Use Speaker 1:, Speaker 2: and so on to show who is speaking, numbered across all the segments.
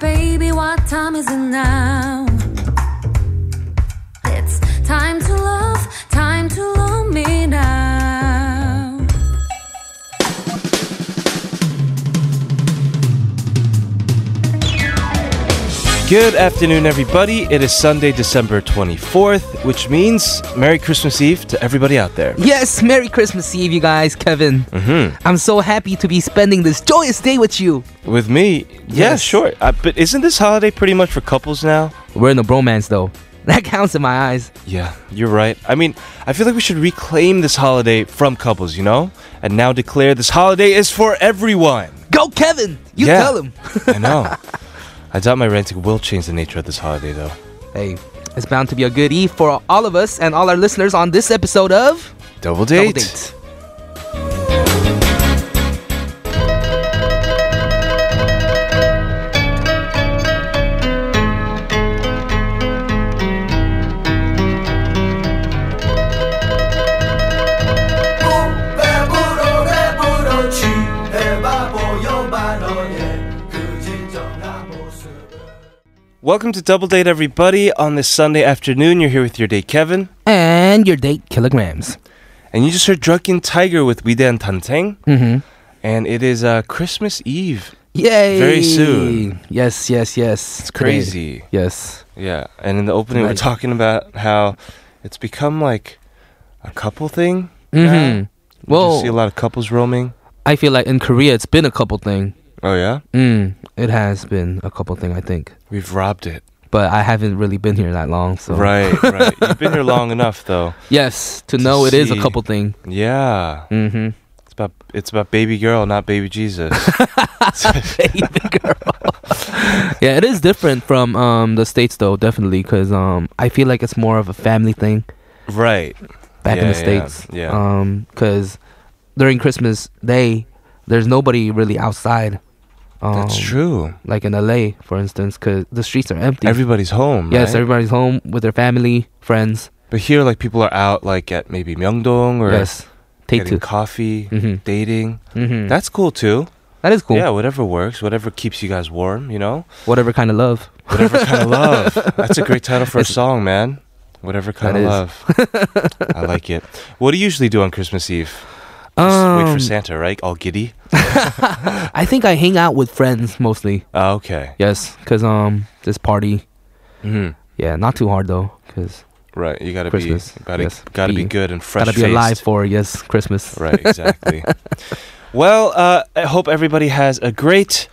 Speaker 1: Baby, what time is it now? It's time to love, time to love me now.
Speaker 2: Good afternoon, everybody. It is Sunday, December 24th, which means Merry Christmas Eve to everybody out there.
Speaker 3: Yes, Merry Christmas Eve, you guys, Kevin. Mm-hmm. I'm so happy to be spending this joyous day with you.
Speaker 2: With me, yeah,
Speaker 3: Yes.
Speaker 2: sure. Uh, but isn't this holiday pretty much for couples now?
Speaker 3: We're in a bromance, though. That counts in my eyes.
Speaker 2: Yeah, you're right. I mean, I feel like we should reclaim this holiday from couples, you know? And now declare this holiday is for everyone.
Speaker 3: Go, Kevin! You
Speaker 2: Yeah.
Speaker 3: tell him.
Speaker 2: I know. I doubt my ranting will change the nature of this holiday, though.
Speaker 3: Hey, it's bound to be a good eve for all of us and all our listeners on this episode of
Speaker 2: Double
Speaker 3: Double
Speaker 2: date.
Speaker 3: Date.
Speaker 2: Welcome to Double Date, everybody. On this Sunday afternoon, you're here with your date, Kevin.
Speaker 3: And your date, kilograms.
Speaker 2: And you just heard Drunken Tiger with Widan Tanteng.
Speaker 3: Mm-hmm.
Speaker 2: And it is uh, Christmas Eve.
Speaker 3: Yay!
Speaker 2: Very soon.
Speaker 3: Yes, yes, yes. It's
Speaker 2: Crazy.
Speaker 3: Yes.
Speaker 2: Yeah. And in the opening, we're
Speaker 3: Right.
Speaker 2: talking about how it's become like a couple thing.
Speaker 3: Mm-hmm.
Speaker 2: Well, you see a
Speaker 3: Well,
Speaker 2: lot of couples roaming.
Speaker 3: I feel like in Korea it's been a couple thing.
Speaker 2: Oh, yeah?
Speaker 3: Mm, it has been a couple thing, I think.
Speaker 2: We've robbed it.
Speaker 3: But I haven't really been here that long, so
Speaker 2: Right, right. You've been here long enough, though.
Speaker 3: Yes, to
Speaker 2: To
Speaker 3: know it is a
Speaker 2: see.
Speaker 3: couple thing.
Speaker 2: Yeah.
Speaker 3: Mm-hmm.
Speaker 2: It's about, it's about baby girl, not baby Jesus.
Speaker 3: yeah, it is different from um the states though, definitely, because um I feel like it's more of a family thing
Speaker 2: right.
Speaker 3: back in
Speaker 2: Yeah,
Speaker 3: the
Speaker 2: yeah,
Speaker 3: states.
Speaker 2: yeah.
Speaker 3: Um, because during Christmas Day, there's nobody really outside. Um,
Speaker 2: That's true.
Speaker 3: Like in LA, for instance, because the streets are empty.
Speaker 2: Everybody's home.
Speaker 3: yes,
Speaker 2: right?
Speaker 3: everybody's home with their family, friends.
Speaker 2: But here, like, people are out, like, at maybe Myeongdong or
Speaker 3: Yes, take
Speaker 2: getting
Speaker 3: two.
Speaker 2: coffee,
Speaker 3: Mhm.
Speaker 2: dating.
Speaker 3: Mhm.
Speaker 2: That's cool too.
Speaker 3: that is cool.
Speaker 2: Yeah, whatever works, whatever keeps you guys warm, you know?
Speaker 3: Whatever kind of love.
Speaker 2: Whatever kind of love. That's a great title for a song, man. Whatever kind
Speaker 3: That
Speaker 2: of
Speaker 3: is.
Speaker 2: love. I like it. What do you usually do on Christmas Eve? Just wait for
Speaker 3: Um,
Speaker 2: Santa, right? All giddy.
Speaker 3: I think I hang out with friends mostly.
Speaker 2: Ah, okay.
Speaker 3: Yes, cause um this party Mm-hmm.
Speaker 2: Mhm.
Speaker 3: Yeah, not too hard though, because
Speaker 2: Right. You gotta
Speaker 3: Christmas,
Speaker 2: be gotta,
Speaker 3: yes.
Speaker 2: gotta be
Speaker 3: Be-
Speaker 2: good and fresh.
Speaker 3: gotta be alive for yes Christmas.
Speaker 2: Right, exactly. well, uh, I hope everybody has a great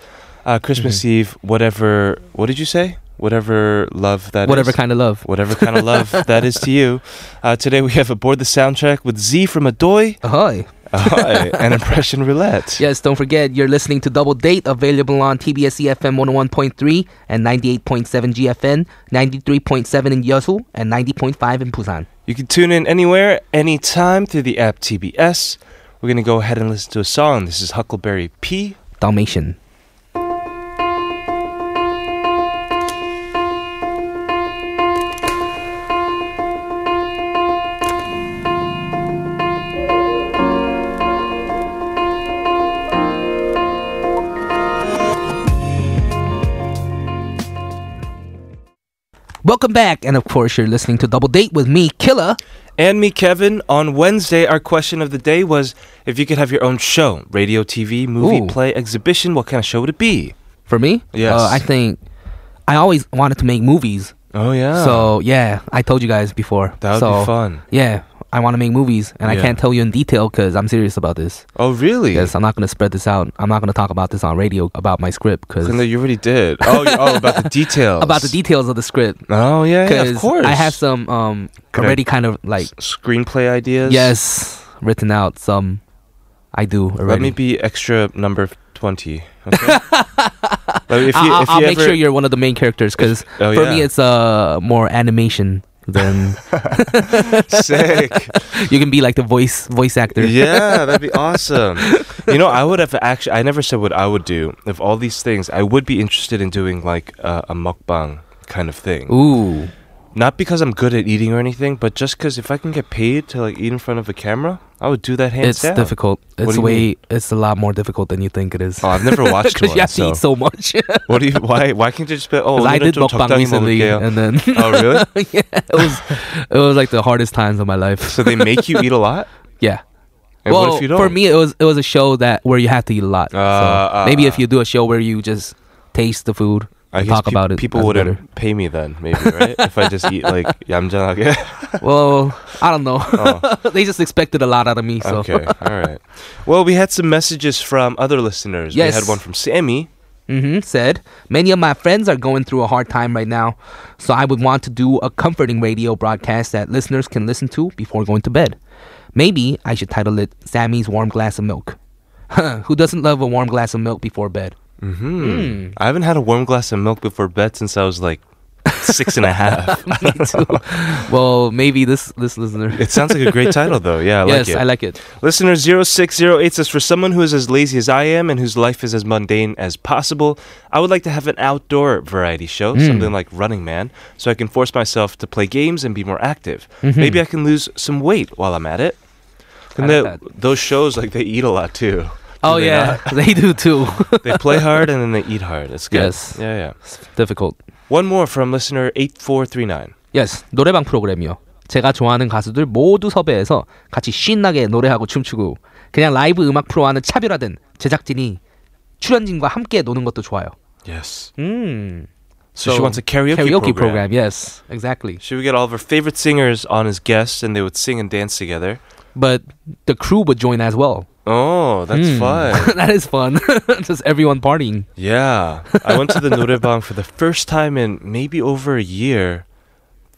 Speaker 2: uh, Christmas
Speaker 3: Mhm.
Speaker 2: Eve, whatever what did you say? Whatever love that is.
Speaker 3: Whatever kind of love.
Speaker 2: whatever kind of love that is to you. Uh, today we have aboard the soundtrack with Z from Adoy
Speaker 3: Ahoy!
Speaker 2: uh, and Impression Roulette.
Speaker 3: Yes, don't forget you're listening to Double Date, available on TBS EFM 101.3 and 98.7 GFN, 93.7 in Yeosu, and 90.5 in Busan.
Speaker 2: You can tune in anywhere, anytime through the app TBS. We're going to go ahead and listen to a song. This is Huckleberry P.
Speaker 3: Dalmatian. Welcome back, and of course, you're listening to Double Date with me, Killa.
Speaker 2: And me, Kevin. On Wednesday, our question of the day was if you could have your own show, radio, TV, movie,
Speaker 3: Ooh.
Speaker 2: play, exhibition, what kind of show would it be?
Speaker 3: For me,
Speaker 2: Yes.
Speaker 3: uh, I think I always wanted to make movies.
Speaker 2: Oh, yeah.
Speaker 3: So yeah, I told you guys before.
Speaker 2: that would
Speaker 3: so,
Speaker 2: be fun.
Speaker 3: Yeah, I want to make movies, and
Speaker 2: Yeah.
Speaker 3: I can't tell you in detail because I'm serious about this.
Speaker 2: Oh, really?
Speaker 3: Yes, I'm not gonna spread this out. I'm not gonna talk about this on radio about my script because
Speaker 2: Because you already did. Oh, you- oh, about the details.
Speaker 3: about the details of the script.
Speaker 2: Oh, yeah, yeah, of
Speaker 3: 'cause
Speaker 2: course.
Speaker 3: I have some um
Speaker 2: Could I-
Speaker 3: already kind of like
Speaker 2: S- screenplay ideas.
Speaker 3: yes written out. Some I do already.
Speaker 2: Let me be extra number twenty. Okay? Like, if
Speaker 3: I-
Speaker 2: you-
Speaker 3: I'll,
Speaker 2: if
Speaker 3: I'll
Speaker 2: you
Speaker 3: make
Speaker 2: ever-
Speaker 3: sure you're one of the main characters because
Speaker 2: Oh,
Speaker 3: for
Speaker 2: yeah.
Speaker 3: me it's uh more animation than
Speaker 2: sick.
Speaker 3: you can be like the voice voice actor.
Speaker 2: yeah, that'd be awesome. You know, I would have actually. I never said what I would do. Of all these things, I would be interested in doing like a a mukbang kind of thing.
Speaker 3: Ooh.
Speaker 2: Not because I'm good at eating or anything, but just because if I can get paid to like eat in front of a camera, I would do that hands
Speaker 3: it's
Speaker 2: down.
Speaker 3: difficult.
Speaker 2: What do
Speaker 3: It's
Speaker 2: you
Speaker 3: way.
Speaker 2: mean?
Speaker 3: It's a lot more difficult than you think it is.
Speaker 2: Oh, I've never watched
Speaker 3: Because
Speaker 2: one.
Speaker 3: you have
Speaker 2: so. Oh,
Speaker 3: to eat so much.
Speaker 2: what do you? Why? Why can't you just be? Oh,
Speaker 3: 'Cause
Speaker 2: 오늘은
Speaker 3: I did
Speaker 2: 좀
Speaker 3: mukbang
Speaker 2: 적당히
Speaker 3: recently,
Speaker 2: 먹을게요.
Speaker 3: and then
Speaker 2: Oh, really?
Speaker 3: yeah, it was it was like the hardest times of my life.
Speaker 2: So they make you eat a lot.
Speaker 3: Yeah.
Speaker 2: And
Speaker 3: well,
Speaker 2: what if you don't?
Speaker 3: for me, it was it was a show that where you have to eat a lot. so
Speaker 2: Uh, uh,
Speaker 3: maybe
Speaker 2: uh.
Speaker 3: if you do a show where you just taste the food,
Speaker 2: I
Speaker 3: and
Speaker 2: guess
Speaker 3: talk
Speaker 2: peop-
Speaker 3: about it.
Speaker 2: People
Speaker 3: that's
Speaker 2: wouldn't
Speaker 3: better.
Speaker 2: pay me then, maybe, right? if I just eat like 얌전하게.
Speaker 3: Well, I don't know.
Speaker 2: oh,
Speaker 3: they just expected a lot out of me. So
Speaker 2: okay, all right. Well, we had some messages from other listeners.
Speaker 3: Yes.
Speaker 2: We had one from Sammy. Mm-hmm.
Speaker 3: hmm said, Many of my friends are going through a hard time right now, so I would want to do a comforting radio broadcast that listeners can listen to before going to bed. Maybe I should title it Sammy's Warm Glass of Milk. Who doesn't love a warm glass of milk before bed?
Speaker 2: hmm I haven't had a warm glass of milk before bed since I was like six and a half.
Speaker 3: Me too. well, maybe this this listener.
Speaker 2: it sounds like a great title, though. Yeah, I
Speaker 3: yes,
Speaker 2: like it.
Speaker 3: I like it.
Speaker 2: Listener 0608 says, For someone who is as lazy as I am and whose life is as mundane as possible, I would like to have an outdoor variety show, something like Running Man, so I can force myself to play games and be more active. Maybe I can lose some weight while I'm at it. And
Speaker 3: I like
Speaker 2: the- those shows, like, they eat a lot too.
Speaker 3: Oh
Speaker 2: they
Speaker 3: yeah, they do too.
Speaker 2: They play hard and then they eat hard. It's good.
Speaker 3: Yes.
Speaker 2: Yeah, yeah.
Speaker 3: Difficult.
Speaker 2: One more from listener 8439.
Speaker 3: Yes, 노래방 프로그램이요. 제가 좋아하는 가수들 모두 섭외해서 같이 신나게 노래하고 춤추고 그냥 라이브 음악 프로와는 차별화된 제작진이 출연진과 함께 노는 것도 좋아요.
Speaker 2: Yes.
Speaker 3: 음.
Speaker 2: So, she wants a Hmm. karaoke,
Speaker 3: karaoke
Speaker 2: program.
Speaker 3: program. Yes, exactly.
Speaker 2: She would get all of her favorite singers on as guests and they would sing and dance together.
Speaker 3: But the crew would join as well.
Speaker 2: Oh, that's
Speaker 3: Hmm.
Speaker 2: fun.
Speaker 3: that is fun. Just everyone partying.
Speaker 2: Yeah. I went to the Norebang for the first time in maybe over a year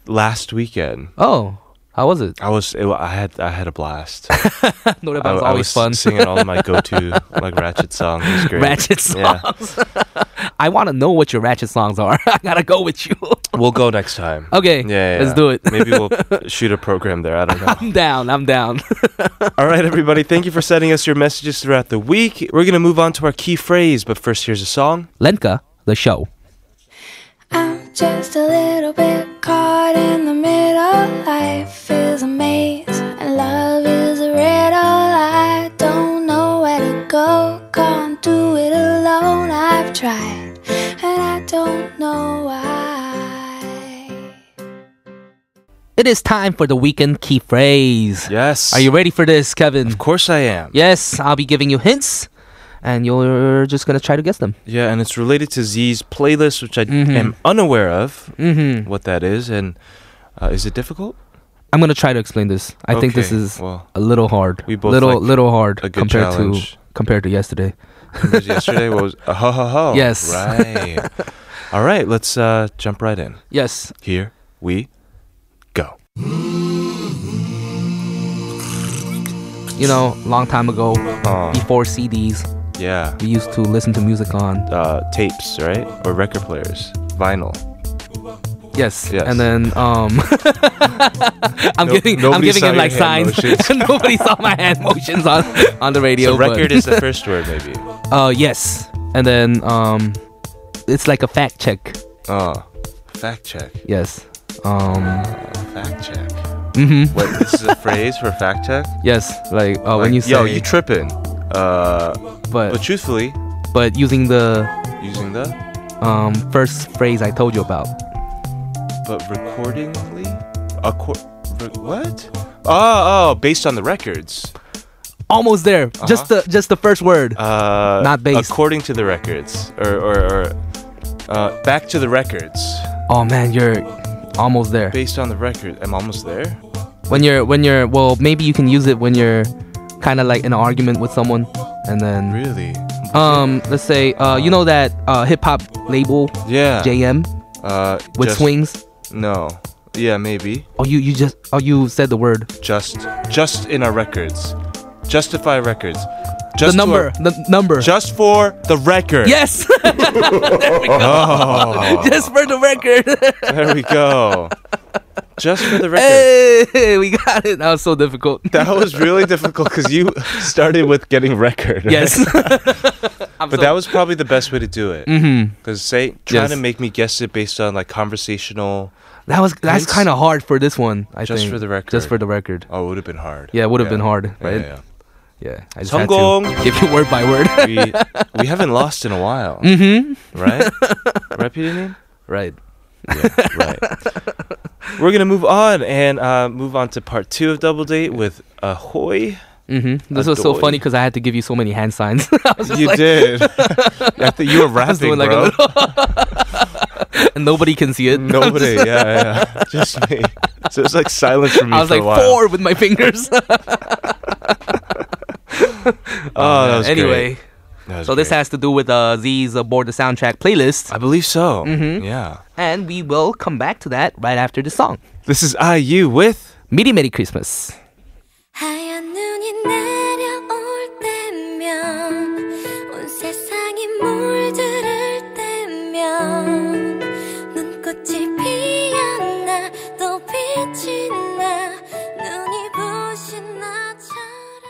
Speaker 2: last weekend.
Speaker 3: Oh, how was it?
Speaker 2: I was it, wa- I had I had a blast. I,
Speaker 3: 노래방's
Speaker 2: I
Speaker 3: always
Speaker 2: was
Speaker 3: fun.
Speaker 2: singing all my go-to like ratchet songs. It was great.
Speaker 3: Ratchet songs.
Speaker 2: Yeah.
Speaker 3: I want to know what your ratchet songs are. I gotta go with you.
Speaker 2: We'll go next time.
Speaker 3: Okay,
Speaker 2: Yeah, yeah, yeah.
Speaker 3: let's do it.
Speaker 2: Maybe we'll shoot a program there. I don't know.
Speaker 3: I'm down. I'm down.
Speaker 2: All right, everybody. Thank you for sending us your messages throughout the week. We're gonna move on to our key phrase, but first, here's a song.
Speaker 3: Lenka, the show.
Speaker 1: I'm just a little bit caught in the middle. Life is a maze, and love is a riddle. I don't know where to go, can't do it alone. I've tried, and I don't know why.
Speaker 3: It is time for the weekend key phrase.
Speaker 2: Yes.
Speaker 3: Are you ready for this, Kevin?
Speaker 2: Of course, I am.
Speaker 3: Yes, I'll be giving you hints, and you're just gonna try to guess them.
Speaker 2: Yeah, and it's related to Z's playlist, which I
Speaker 3: Mhm.
Speaker 2: am unaware of
Speaker 3: Mm-hmm.
Speaker 2: what that is. And uh, is it difficult?
Speaker 3: I'm gonna try to explain this. I think this
Speaker 2: Okay,
Speaker 3: is
Speaker 2: well,
Speaker 3: a little hard.
Speaker 2: We both
Speaker 3: little
Speaker 2: like
Speaker 3: little hard
Speaker 2: a good
Speaker 3: compared
Speaker 2: challenge.
Speaker 3: to compared to yesterday.
Speaker 2: remember yesterday was uh, ho ho ho.
Speaker 3: Yes.
Speaker 2: Right. All right, let's uh, jump right in.
Speaker 3: Yes.
Speaker 2: Here we go.
Speaker 3: You know, long time ago,
Speaker 2: Oh,
Speaker 3: before CDs,
Speaker 2: yeah.
Speaker 3: we used to listen to music on.
Speaker 2: Uh, tapes, right? Or record players. Vinyl.
Speaker 3: Yes.
Speaker 2: Yes.
Speaker 3: And then um I'm
Speaker 2: No-
Speaker 3: giving I'm
Speaker 2: nobody
Speaker 3: giving
Speaker 2: saw
Speaker 3: him
Speaker 2: your
Speaker 3: like
Speaker 2: hand
Speaker 3: signs.
Speaker 2: motions.
Speaker 3: nobody saw my hand motions on on the radio.
Speaker 2: So
Speaker 3: but-
Speaker 2: record is the first word, maybe.
Speaker 3: Uh, yes. And then um, it's like a fact check.
Speaker 2: Oh, fact check.
Speaker 3: Yes. Um.
Speaker 2: Fact check.
Speaker 3: hmm
Speaker 2: Wait, this is a phrase for fact check?
Speaker 3: Yes. Like uh, when you
Speaker 2: Like,
Speaker 3: say.
Speaker 2: yo, you tripping. Uh, but
Speaker 3: but
Speaker 2: truthfully,
Speaker 3: but using the
Speaker 2: using the
Speaker 3: um first phrase I told you about.
Speaker 2: But recordingly? Accord- re- what? Oh, oh, based on the records.
Speaker 3: Almost there.
Speaker 2: Uh-huh.
Speaker 3: Just the just the first word.
Speaker 2: Uh,
Speaker 3: Not based.
Speaker 2: According to the records. Or, or, or uh, back to the records.
Speaker 3: oh man, you're almost there.
Speaker 2: Based on the record. I'm almost there.
Speaker 3: When you're when you're well, maybe you can use it when you're kind of like in an argument with someone, and then
Speaker 2: Really?
Speaker 3: um let's say uh you know that uh hip hop label
Speaker 2: Yeah.
Speaker 3: JM
Speaker 2: uh,
Speaker 3: with
Speaker 2: just-
Speaker 3: swings.
Speaker 2: No. Yeah, maybe.
Speaker 3: Oh you you just oh you said the word.
Speaker 2: Just, just in our records. Justify records.
Speaker 3: the
Speaker 2: Just to
Speaker 3: number,
Speaker 2: our-
Speaker 3: the number.
Speaker 2: just for the record. Oh,
Speaker 3: yes, just for the record.
Speaker 2: There we go. just for the record.
Speaker 3: hey, we got it. That was so difficult.
Speaker 2: That was really difficult because you started with getting record. right?
Speaker 3: yes, I'm
Speaker 2: But
Speaker 3: so-
Speaker 2: that was probably the best way to do it. Because say, trying
Speaker 3: Mm-hmm. Yes.
Speaker 2: to make me guess it based on like conversational
Speaker 3: That was that's
Speaker 2: Thanks.
Speaker 3: kind of hard for this one. I
Speaker 2: Just
Speaker 3: think.
Speaker 2: for the record.
Speaker 3: Just for the record.
Speaker 2: Oh, it would have been hard.
Speaker 3: Yeah, it would have been hard,
Speaker 2: Yeah,
Speaker 3: right?
Speaker 2: yeah.
Speaker 3: Yeah, I just had to
Speaker 2: 성공.
Speaker 3: give you word by word.
Speaker 2: we we haven't lost in a while,
Speaker 3: mm-hmm.
Speaker 2: right? right, Peter?
Speaker 3: Right.
Speaker 2: Yeah, right. We're gonna move on and uh, move on to part two of Double Date with Ahoy.
Speaker 3: Mm-hmm. This was so
Speaker 2: Adoy.
Speaker 3: funny because I had to give you so many hand signs.
Speaker 2: You did. I think you were rapping,
Speaker 3: doing like a
Speaker 2: bro.
Speaker 3: and nobody can see it.
Speaker 2: Nobody. yeah, yeah, yeah. Just me. So it's like silence from me
Speaker 3: I was
Speaker 2: for
Speaker 3: like
Speaker 2: a while.
Speaker 3: four with my fingers.
Speaker 2: Oh, that was
Speaker 3: anyway,
Speaker 2: great. That was
Speaker 3: so this
Speaker 2: great.
Speaker 3: has to do with uh, Z's Aboard the Soundtrack playlist,
Speaker 2: I believe so.
Speaker 3: Mhm.
Speaker 2: Yeah.
Speaker 3: and we will come back to that right after the song.
Speaker 2: This is IU with
Speaker 3: Merry Merry Christmas.
Speaker 1: 하얀 눈이 내려올 때면 온 세상이 물들을 때면 눈꽃이 피었나 또 빛이 나 눈이 부신 나처럼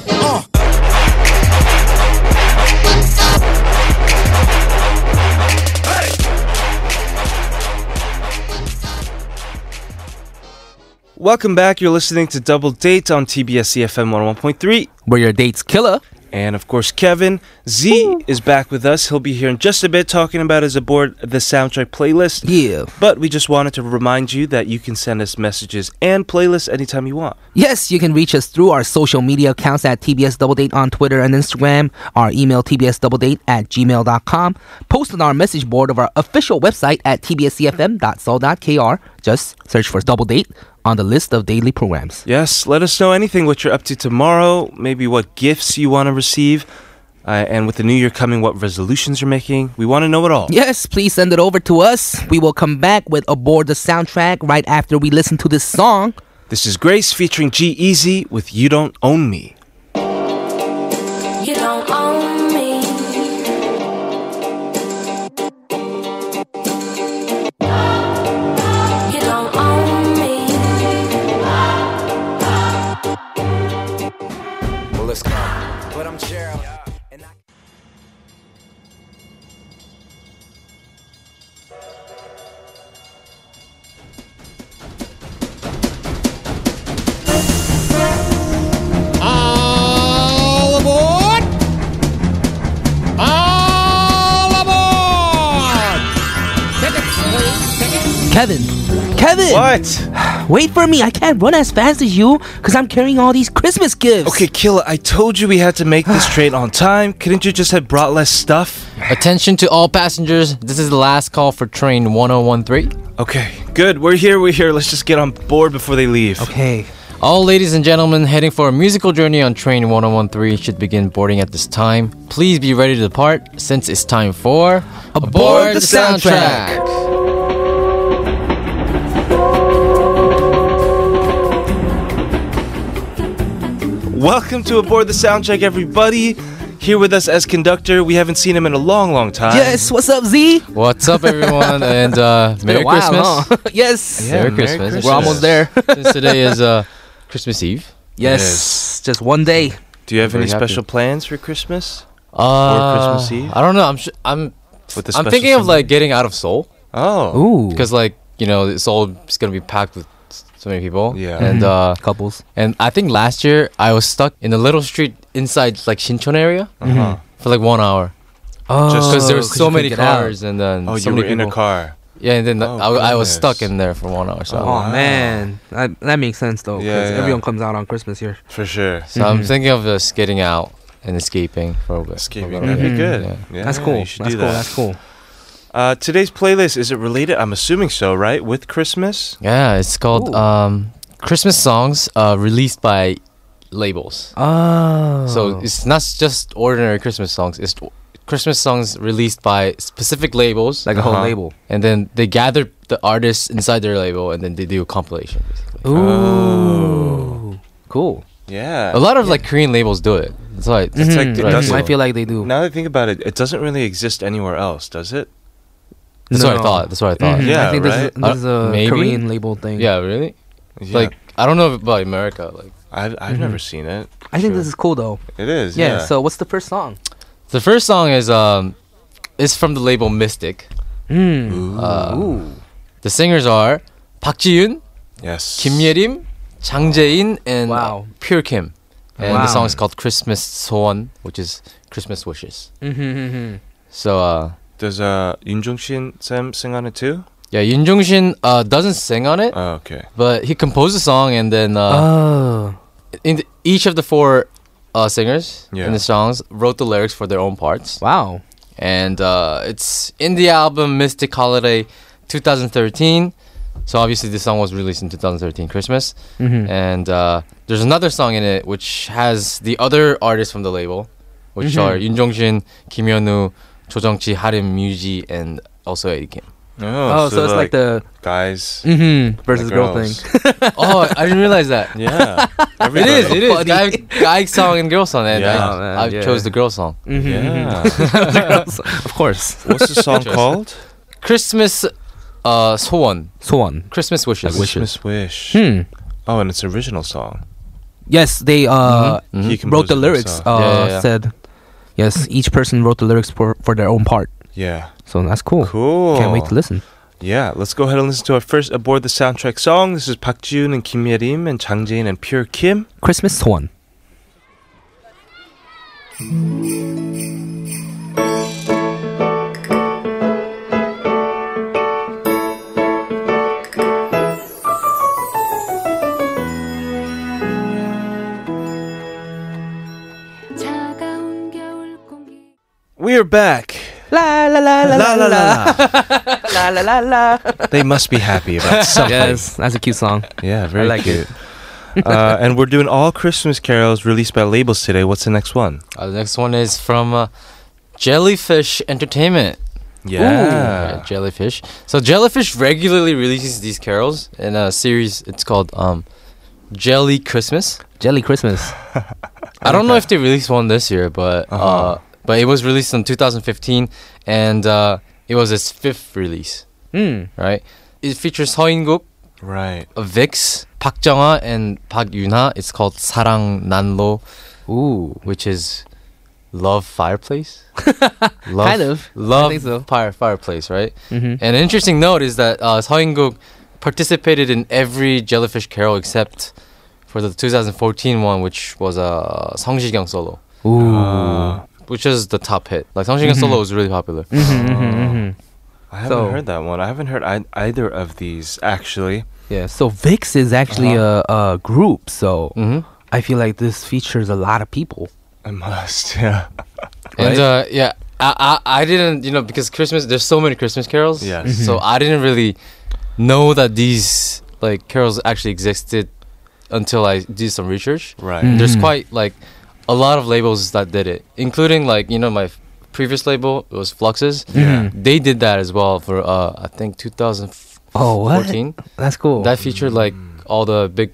Speaker 2: Oh. Welcome back. You're listening to Double Date on TBS EFM 101.3.
Speaker 3: Where your date's killer.
Speaker 2: And of course, Kevin Z is back with us. He'll be here in just a bit talking about his aboard the soundtrack playlist.
Speaker 3: Yeah.
Speaker 2: But we just wanted to remind you that you can send us messages and playlists anytime you want.
Speaker 3: Yes, you can reach us through our social media accounts at TBS Double Date on Twitter and Instagram, our email TBS Double Date at gmail.com, post on our message board of our official website at tbscfm.sol.kr. Just search for Double Date on the list of daily programs.
Speaker 2: Yes, let us know anything what you're up to tomorrow, maybe what gifts you want to receive, uh, and with the new year coming, what resolutions you're making. We want to know it all.
Speaker 3: Yes, please send it over to us. We will come back with Aboard the Soundtrack right after we listen to this song.
Speaker 2: This is Grace featuring G Easy with You Don't Own Me.
Speaker 1: You don't own me. You don't own me.
Speaker 4: All aboard! All aboard! Tickets, please, tickets.
Speaker 3: Kevin, Kevin,
Speaker 2: What?
Speaker 3: wait for me. I can't run as fast as you because I'm carrying all these Christmas gifts.
Speaker 2: Okay, Killa, I told you we had to make this train on time. Couldn't you just have brought less stuff?
Speaker 4: Attention to all passengers. This is the last call for train 1013.
Speaker 2: Okay, good. We're here, we're here. Let's just get on board before they leave.
Speaker 3: Okay.
Speaker 4: All ladies and gentlemen heading for a musical journey on train 1013 should begin boarding at this time. Please be ready to depart since it's time for
Speaker 3: Aboard the Soundtrack.
Speaker 2: Welcome to Aboard the Soundtrack, everybody. Here with us as conductor. We haven't seen him in a long, long time.
Speaker 3: Yes, what's up, Z?
Speaker 4: What's up, everyone? And uh, Merry Christmas.
Speaker 3: yes.
Speaker 2: Yeah,
Speaker 4: Merry
Speaker 2: Merry
Speaker 4: Christmas.
Speaker 2: Christmas.
Speaker 3: We're almost there.
Speaker 4: Since today is uh, Christmas Eve.
Speaker 3: Yes. Just one day.
Speaker 2: Do you have
Speaker 4: Very
Speaker 2: any
Speaker 4: happy.
Speaker 2: special plans for Christmas?
Speaker 4: Uh,
Speaker 2: Christmas Eve?
Speaker 4: I don't know. I'm sh- I'm
Speaker 2: With the
Speaker 4: I'm
Speaker 2: special
Speaker 4: thinking of
Speaker 2: something?
Speaker 4: like getting out of Seoul
Speaker 2: Oh.
Speaker 3: Ooh.
Speaker 4: because like you know Seoul is gonna be packed with s- so many people.
Speaker 2: Yeah. Mm-hmm.
Speaker 4: And uh,
Speaker 3: couples.
Speaker 4: and I think last year I was stuck in a little street inside like Shinchon area
Speaker 2: Uh-huh.
Speaker 3: Mm-hmm.
Speaker 4: for like one hour
Speaker 3: Oh,
Speaker 2: Just- uh,
Speaker 4: because there's so
Speaker 3: you couldn't
Speaker 4: many
Speaker 3: get out.
Speaker 4: cars and then
Speaker 2: Oh,
Speaker 4: so
Speaker 2: you
Speaker 4: many
Speaker 2: were in a
Speaker 4: people.
Speaker 2: car.
Speaker 4: Yeah, and then
Speaker 2: Oh,
Speaker 4: I, I was
Speaker 2: goodness.
Speaker 4: stuck in there for one hour. So,
Speaker 3: Oh man, that, that makes sense though. 'cause
Speaker 2: Yeah, yeah.
Speaker 3: everyone comes out on Christmas here.
Speaker 2: For sure.
Speaker 4: so I'm thinking of just getting out and escaping for a bit.
Speaker 2: Escaping.
Speaker 4: For a little
Speaker 2: That'd
Speaker 4: bit.
Speaker 2: be good.
Speaker 4: Yeah.
Speaker 2: Yeah,
Speaker 3: Mm-hmm. that's cool.
Speaker 2: you
Speaker 3: That's
Speaker 2: should
Speaker 3: cool.
Speaker 2: do that.
Speaker 3: That's cool.
Speaker 2: Uh, today's playlist, is it related? I'm assuming so, right? With Christmas?
Speaker 4: Yeah, it's called
Speaker 3: Ooh.
Speaker 4: um, Christmas songs uh, released by labels.
Speaker 3: Oh.
Speaker 4: So it's not just ordinary Christmas songs. It's Christmas songs released by specific labels,
Speaker 3: like a whole
Speaker 2: Uh-huh.
Speaker 3: label.
Speaker 4: and then they gather the artists inside their label, and then they do a compilation. Basically.
Speaker 3: Ooh. Cool.
Speaker 2: Yeah.
Speaker 4: A lot of like Korean labels do it. That's why it's
Speaker 3: Mm-hmm.
Speaker 2: like
Speaker 4: right,
Speaker 2: it
Speaker 4: so-
Speaker 2: doesn't-
Speaker 3: I feel like they do.
Speaker 2: Now that I think about it, it doesn't really exist anywhere else, does it?
Speaker 4: That's what I
Speaker 3: No.
Speaker 4: thought. That's what I thought.
Speaker 2: Mhm.
Speaker 4: Yeah.
Speaker 2: Yeah,
Speaker 3: Mm-hmm. I think this, is,
Speaker 4: right?
Speaker 3: this is a
Speaker 4: Uh, maybe?
Speaker 3: Korean label thing.
Speaker 4: really?
Speaker 2: Yeah.
Speaker 4: Like I don't know about America. Like
Speaker 2: I've, I've never seen it.
Speaker 3: I think
Speaker 2: Sure.
Speaker 3: this is cool though.
Speaker 2: It is.
Speaker 3: mm-hmm. Yeah,
Speaker 2: Yeah.
Speaker 3: So what's the first song?
Speaker 4: the first song is um is from the label Mystic.
Speaker 3: Hmm.
Speaker 4: Uh,
Speaker 3: Ooh.
Speaker 4: The singers are Park Ji-yoon,
Speaker 2: yes.
Speaker 4: Kim Ye-rim, Jang Jae-in, and
Speaker 3: Wow.
Speaker 4: uh, Pure Kim. And
Speaker 3: Wow.
Speaker 4: the song is called Christmas Soan, which is Christmas wishes.
Speaker 3: Mm-hmm.
Speaker 4: So uh
Speaker 2: Does uh Yoon Jung Shin Sam sing on it too?
Speaker 4: yeah, Yoon Jung Shin uh, doesn't sing on it,
Speaker 2: Oh, okay.
Speaker 4: but he composed the song and then uh,
Speaker 3: Oh.
Speaker 4: in th- each of the four uh, singers
Speaker 2: Yeah.
Speaker 4: in the songs wrote the lyrics for their own parts,
Speaker 3: Wow.
Speaker 4: and uh, it's in the album Mystic Holiday 2013. So obviously, this song was released in 2013 Christmas,
Speaker 3: Mhm.
Speaker 4: and uh, there's another song in it which has the other artists from the label, which are Yoon Jong Jin, Kim Yeonu, Cho Jung Chi, Harim Yuji, and also Eddie Kim.
Speaker 3: Oh, so, it's like, the
Speaker 2: guys
Speaker 3: mm-hmm, versus
Speaker 2: the
Speaker 3: girl
Speaker 2: girls.
Speaker 3: thing.
Speaker 4: oh, I didn't realize that.
Speaker 2: yeah.
Speaker 4: It is, it is.
Speaker 3: Buddy.
Speaker 4: Guy, guy song and girl song, and
Speaker 2: Yeah.
Speaker 4: I,
Speaker 3: Oh, man,
Speaker 4: I
Speaker 3: yeah.
Speaker 4: chose the girl song.
Speaker 3: Mm-hmm.
Speaker 2: Yeah.
Speaker 3: of course.
Speaker 2: What's the song called?
Speaker 4: 크리스마스 어 소원
Speaker 3: Swan.
Speaker 4: 크리스마스 uh, wishes
Speaker 2: Christmas Wish.
Speaker 3: Hmm.
Speaker 2: Oh, and it's original song.
Speaker 3: Yes, they uh
Speaker 4: Mhm.
Speaker 2: He
Speaker 3: wrote
Speaker 2: composed
Speaker 3: the
Speaker 2: it
Speaker 3: lyrics.
Speaker 2: himself.
Speaker 3: Uh,
Speaker 4: Yeah, yeah, yeah.
Speaker 3: said yes, each person wrote the lyrics for for their own part.
Speaker 2: yeah.
Speaker 3: So that's cool.
Speaker 2: Cool.
Speaker 3: Can't wait to listen.
Speaker 2: Yeah, let's go ahead and listen to our first aboard the soundtrack song. This is Park Jiun and Kim Yerim and Jang Jae-in and Pure Kim.
Speaker 3: Christmas Swan.
Speaker 1: 차가운 겨울 공기
Speaker 2: We are back.
Speaker 3: La la la la la la la la la la. la.
Speaker 2: they must be happy about something.
Speaker 3: Yes, that's a cute song.
Speaker 2: Yeah, very
Speaker 3: like
Speaker 2: cute. uh, and we're doing all Christmas carols released by labels today. What's the next one?
Speaker 4: Uh, the next one is from uh, Jellyfish Entertainment
Speaker 2: Yeah.
Speaker 4: Right, Jellyfish so Jellyfish regularly releases these carols in a series it's called um Jelly Christmas
Speaker 3: Jelly Christmas.
Speaker 4: I don't know if they released one this year but uh
Speaker 2: Uh-huh.
Speaker 4: but it was released in 2015 and uh, it was its fifth release
Speaker 3: Hmm.
Speaker 4: right it features Seo In-guk
Speaker 2: Right.
Speaker 4: Vix, Park Jung-ha, and Park Yuna. It's called 사랑 난로,
Speaker 3: Ooh.
Speaker 4: which is love fireplace. love,
Speaker 3: Kind of. I
Speaker 4: love
Speaker 3: think so.
Speaker 4: fire fireplace, right?
Speaker 3: Mm-hmm.
Speaker 4: And an interesting note is that uh, Seo In-guk participated in every Jellyfish Carol except for the 2014 one, which was a uh, 성시경 solo,
Speaker 3: Ooh.
Speaker 2: Uh,
Speaker 4: which is the top hit. Like 성시경
Speaker 3: Mm-hmm.
Speaker 4: solo was really popular.
Speaker 2: I haven't
Speaker 3: So-
Speaker 2: heard that one. I haven't heard ei- either of these actually.
Speaker 3: Yeah. So Vix is actually a, a group. So
Speaker 4: hmm
Speaker 3: I feel like this features a lot of people.
Speaker 2: I must. Yeah.
Speaker 4: And uh, yeah, I, I I didn't you know because Christmas there's so many Christmas carols.
Speaker 2: Yes.
Speaker 3: Mm-hmm.
Speaker 2: Mhm.
Speaker 4: So I didn't really know that these like carols actually existed until I did some research.
Speaker 2: Right.
Speaker 3: Mm.
Speaker 4: There's
Speaker 3: Mhm.
Speaker 4: quite like a lot of labels that did it, including like you know my f- previous label it was Fluxes.
Speaker 2: Yeah.
Speaker 4: They did that as well for uh I think 2014.
Speaker 3: Oh, what? That's cool.
Speaker 4: That featured like all the big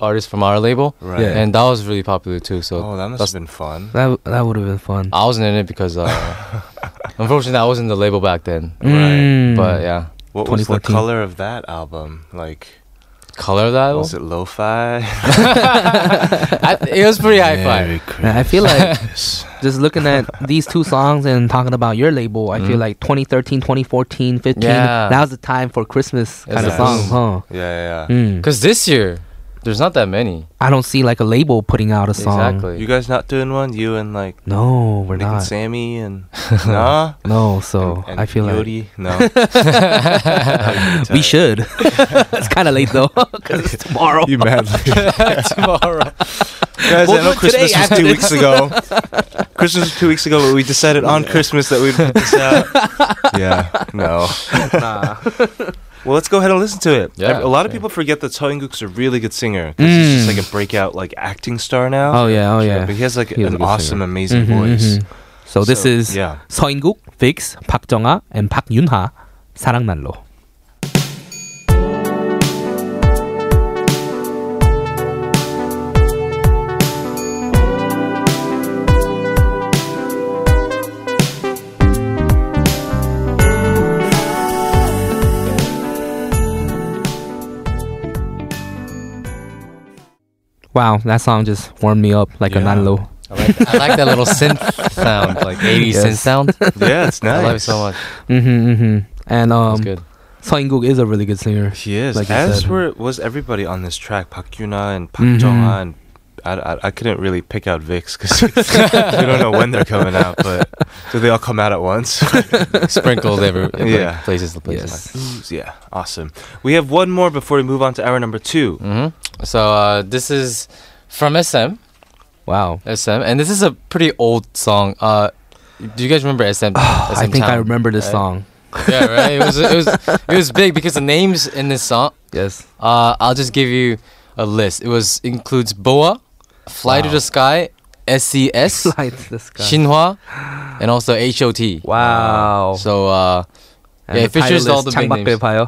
Speaker 4: artists from our
Speaker 2: Mm.
Speaker 4: label.
Speaker 2: Right.
Speaker 3: Yeah.
Speaker 4: And that was really popular too. So
Speaker 2: Oh, that must
Speaker 4: that's
Speaker 2: have been fun.
Speaker 3: that w- that would have been fun.
Speaker 4: I wasn't in it because uh, unfortunately I was in the label back then.
Speaker 3: Mm.
Speaker 4: But yeah,
Speaker 2: What was the
Speaker 3: 2014.
Speaker 2: color of that album? Like,
Speaker 4: color of the album.
Speaker 2: was it lo-fi?
Speaker 4: I, it was pretty high
Speaker 2: Merry
Speaker 4: five.
Speaker 3: Yeah, I feel like
Speaker 2: Christmas.
Speaker 3: just looking at these two songs and talking about your label, I feel like 2013, 2014, 15,
Speaker 4: Mm-hmm. Yeah.
Speaker 3: that was the time for Christmas kind of
Speaker 4: Yes.
Speaker 3: songs, huh?
Speaker 2: yeah, yeah. yeah.
Speaker 3: Mm.
Speaker 4: Cause this year, there's not that many.
Speaker 3: I don't see like a label putting out a song.
Speaker 4: Exactly.
Speaker 2: You guys not doing one? You and like
Speaker 3: No, Mm. we're
Speaker 2: Nick and
Speaker 3: not.
Speaker 2: Sammy and nah.
Speaker 3: No, so
Speaker 2: and
Speaker 3: I feel like
Speaker 2: Yodi? no.
Speaker 3: we should. it's kind of late though, 'cause it's tomorrow.
Speaker 2: You madly.
Speaker 4: Tomorrow.
Speaker 2: Guys,
Speaker 3: Well,
Speaker 2: I know
Speaker 3: but today
Speaker 2: Christmas was
Speaker 3: I
Speaker 2: two
Speaker 3: had-
Speaker 2: weeks ago. Christmas was two weeks ago, but we decided on Christmas that we'd put this out. yeah, no.
Speaker 3: nah.
Speaker 2: Well, let's go ahead and listen to it.
Speaker 4: Yeah,
Speaker 2: a lot of
Speaker 4: okay.
Speaker 2: people forget that Seo In-guk's a really good singer. 'cause He's just like a breakout like acting star now.
Speaker 3: Mm. Oh yeah, oh yeah.
Speaker 2: But he has like
Speaker 3: He's a
Speaker 2: an
Speaker 3: good
Speaker 2: awesome,
Speaker 3: singer.
Speaker 2: amazing
Speaker 3: Mhm,
Speaker 2: voice.
Speaker 3: mhm. So this
Speaker 2: So,
Speaker 3: is
Speaker 2: yeah.
Speaker 3: Seo In-guk, Vix, Park Jung-ha, and Park Yun-ha, 사랑 날로.
Speaker 1: 봄
Speaker 3: Wow, that song just warmed me up like a
Speaker 2: Yeah.
Speaker 3: nanlo.
Speaker 4: I like, I like that little synth sound, like 80s synth sound.
Speaker 2: Yeah, it's nice.
Speaker 4: I love it so much.
Speaker 3: Mm-hmm, hmm And
Speaker 4: It's
Speaker 3: um,
Speaker 4: good.
Speaker 3: Seoingook is a really good singer.
Speaker 2: He is.
Speaker 3: Like you
Speaker 2: As
Speaker 3: said. Mm-hmm.
Speaker 2: were was everybody on this track, Park Yuna and Park Jong-ha and I, I, I couldn't really pick out Vix because we don't know when they're coming out, but do they all come out at once?
Speaker 4: Sprinkled every
Speaker 2: Yeah.
Speaker 4: like, places the places.
Speaker 3: Yes.
Speaker 2: yeah, awesome. We have one more before we move on to hour number two.
Speaker 3: Mm.
Speaker 4: hmm So uh, this is from SM.
Speaker 3: Wow.
Speaker 4: SM, and this is a pretty old song. Uh, do you guys remember SM?
Speaker 3: I think I remember this
Speaker 4: right?
Speaker 3: song.
Speaker 4: yeah, right. It was it was it was big because the names in this song.
Speaker 3: Yes.
Speaker 4: Uh, I'll just give you a list. It was includes Boa, Fly to the Sky, SES,
Speaker 3: Light the sky.
Speaker 4: Shinhwa, and also HOT.
Speaker 3: wow.
Speaker 4: So uh,
Speaker 3: And
Speaker 4: yeah, it
Speaker 3: the title
Speaker 4: features
Speaker 3: is
Speaker 4: all the big
Speaker 3: 창밖을
Speaker 4: names.
Speaker 3: 봐요.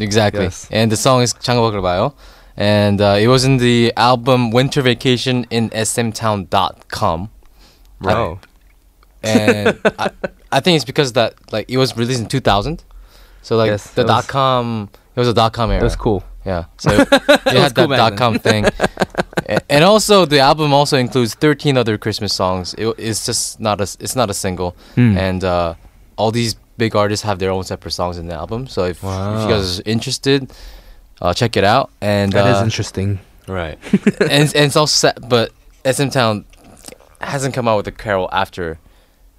Speaker 4: Exactly.
Speaker 3: Yes.
Speaker 4: And the song is 창밖을 봐요. And uh, it was in the album Winter Vacation in smtown.com.
Speaker 3: Wow.
Speaker 4: And
Speaker 3: Oh.
Speaker 4: I, I think it's because that like it was released in 2000. So like
Speaker 3: Yes,
Speaker 4: the
Speaker 3: it
Speaker 4: dot
Speaker 3: was-
Speaker 4: com it was a dot com era.
Speaker 3: It was cool.
Speaker 4: Yeah. Uh, So it had
Speaker 3: cool
Speaker 4: that
Speaker 3: back
Speaker 4: dot com thing. A- and also the album also includes 13 other Christmas songs. It, it's just not a s- it's not a single.
Speaker 3: Hmm.
Speaker 4: And uh, all these big artists have their own separate songs in the album. So if, if
Speaker 2: Wow.
Speaker 4: you guys are interested, uh, check it out. And
Speaker 3: That is
Speaker 4: uh,
Speaker 3: interesting.
Speaker 2: Right.
Speaker 4: and, and it's all set, but SM Town hasn't come out with a carol after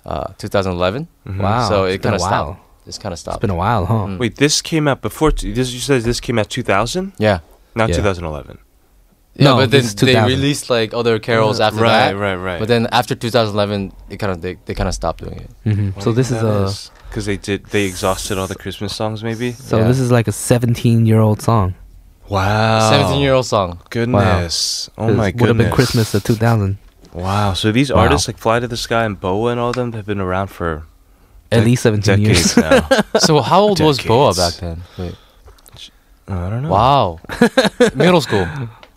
Speaker 4: uh, 2011.
Speaker 3: Wow. Mm-hmm.
Speaker 4: So
Speaker 3: It's been
Speaker 4: it kind
Speaker 3: a
Speaker 4: of
Speaker 3: while.
Speaker 4: stopped. It's kind of
Speaker 3: It's
Speaker 4: stopped.
Speaker 3: been a while, huh?
Speaker 4: Mm.
Speaker 2: Wait, this came out before. T- this you said this came out 2000,
Speaker 4: yeah.
Speaker 2: not
Speaker 3: Yeah.
Speaker 2: 2011.
Speaker 4: Yeah,
Speaker 3: No,
Speaker 4: but then
Speaker 3: this is
Speaker 4: they
Speaker 3: 2000.
Speaker 4: released like other carols after
Speaker 2: right,
Speaker 4: that.
Speaker 2: right, right.
Speaker 4: But then after 2011, it kind of they, they kind of stopped doing it.
Speaker 3: hmm So this is a
Speaker 2: because they did they exhausted all the Christmas songs, maybe.
Speaker 3: so
Speaker 4: Yeah.
Speaker 3: this is like a 17 year old song.
Speaker 2: Wow.
Speaker 4: 17 year old song.
Speaker 2: Goodness. Oh
Speaker 3: It
Speaker 2: my
Speaker 3: Would have
Speaker 2: goodness.
Speaker 3: been Christmas of 2000
Speaker 2: Wow. So these
Speaker 3: Wow.
Speaker 2: artists like Fly to the Sky and Boa and all them have been around for
Speaker 3: at
Speaker 2: Dec-
Speaker 3: least 17
Speaker 2: decades
Speaker 3: years.
Speaker 2: now.
Speaker 4: So how old was Boa back
Speaker 2: Decades.
Speaker 4: then? Wait.
Speaker 2: Oh, I don't know.
Speaker 4: Wow, middle school.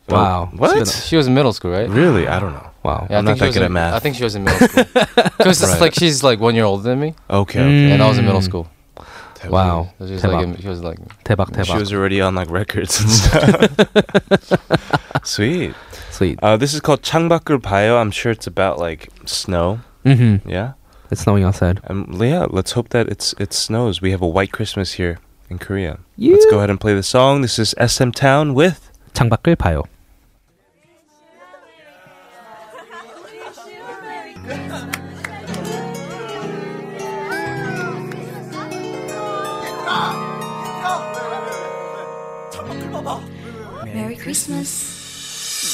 Speaker 2: Bo-
Speaker 3: Wow. It's
Speaker 2: What?
Speaker 3: been a-
Speaker 4: She was in middle school, right?
Speaker 2: really? I don't know.
Speaker 3: Wow.
Speaker 2: I'm
Speaker 4: Yeah, I
Speaker 2: not
Speaker 4: think she
Speaker 2: that
Speaker 4: was
Speaker 2: good
Speaker 4: in-
Speaker 2: at math.
Speaker 4: I think she was in middle school because it's
Speaker 2: Right.
Speaker 4: like she's like one year older than me,
Speaker 2: Okay.
Speaker 3: Mm.
Speaker 4: and I was in middle school.
Speaker 2: okay.
Speaker 3: Wow.
Speaker 4: So she was
Speaker 3: 대박.
Speaker 4: like, in- she was like,
Speaker 3: 대박 대박.
Speaker 2: She was already on like records and stuff. Sweet.
Speaker 3: Sweet.
Speaker 2: Uh, this is called 창밖을 봐요. I'm sure it's about like snow.
Speaker 3: hmm
Speaker 2: Yeah.
Speaker 3: It's snowing outside.
Speaker 2: Um, yeah. Let's hope that it's it snows. We have a white Christmas here in Korea. Let's go ahead and play the song. This is SM Town with
Speaker 3: 창밖을 봐요.
Speaker 1: Merry Christmas.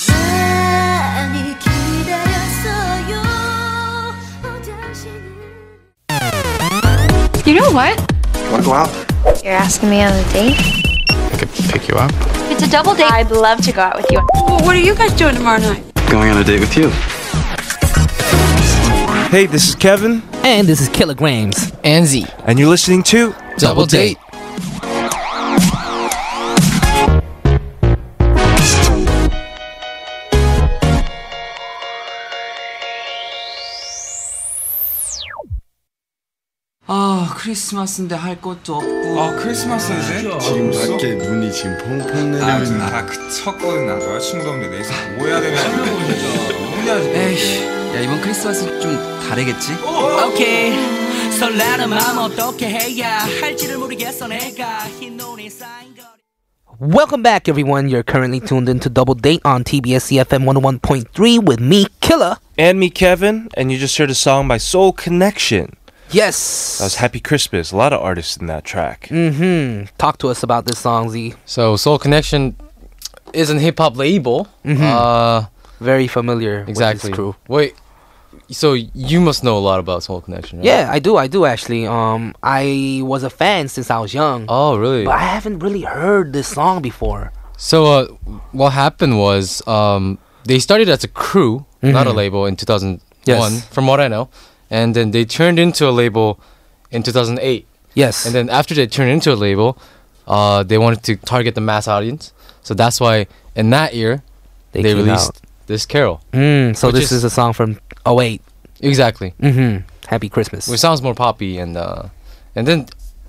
Speaker 5: 많이 기다렸어요 어, 당신은
Speaker 6: You know what?
Speaker 7: Want to go out?
Speaker 6: You're asking me on a date?
Speaker 7: I could pick you up.
Speaker 6: It's a double date. I'd love to go out with you.
Speaker 8: What are you guys doing tomorrow night?
Speaker 7: Going on a date with you.
Speaker 2: Hey, this is Kevin,
Speaker 3: And this is Kilograms.
Speaker 4: Anzi,
Speaker 2: and you're listening to
Speaker 4: double date.
Speaker 9: 아 크리스마스인데 할 것도 없고
Speaker 10: 아 크리스마스인데? 지금 밖에
Speaker 7: 눈이 지금 펑펑
Speaker 10: 아, 좀- 아 그쳤거든 아 여자친구 없는데 내일서 뭐 해야 되냐 뭐냐
Speaker 9: 에이 야 이번 크리스마스 좀 다르겠지? 오케이 설레는 마음 어떻게 해야 할지를 모르겠어 내가 흰 논이 쌓인 거
Speaker 3: Welcome back, everyone. You're currently tuned into Double Date on TBS CFM 101.3 with me, Killer.
Speaker 2: and me, Kevin, and you just heard a song by Soul Connection.
Speaker 3: Yes.
Speaker 2: That was Happy Christmas. A lot of artists in that track.
Speaker 4: Mm-hmm.
Speaker 3: hmm Talk to us about this song, Z.
Speaker 4: So Soul Connection is an hip hop label.
Speaker 2: Mm-hmm.
Speaker 4: Uh,
Speaker 3: Very familiar. With
Speaker 4: exactly.
Speaker 3: this crew.
Speaker 4: Wait, so you must know a lot about Soul Connection, right?
Speaker 3: Yeah, I do. I do actually. Um, I was a fan since I was young,
Speaker 4: Oh, really?
Speaker 3: but I haven't really heard this song before.
Speaker 4: So uh, what happened was um, they started as a crew, not a label, in 2001,
Speaker 3: Mm-hmm. Yes.
Speaker 4: from what I know, and then they turned into a label in 2008.
Speaker 3: Yes.
Speaker 4: And then after they turned into a label, uh, they wanted to target the mass audience. So that's why in that year they,
Speaker 3: came
Speaker 4: released
Speaker 3: out.
Speaker 4: this Carol.
Speaker 3: Mm, so
Speaker 4: which
Speaker 3: this
Speaker 4: is-
Speaker 3: is a song from. Oh wait.
Speaker 4: Exactly.
Speaker 3: Mm-hmm. Happy Christmas.
Speaker 4: Which sounds more poppy and uh, and then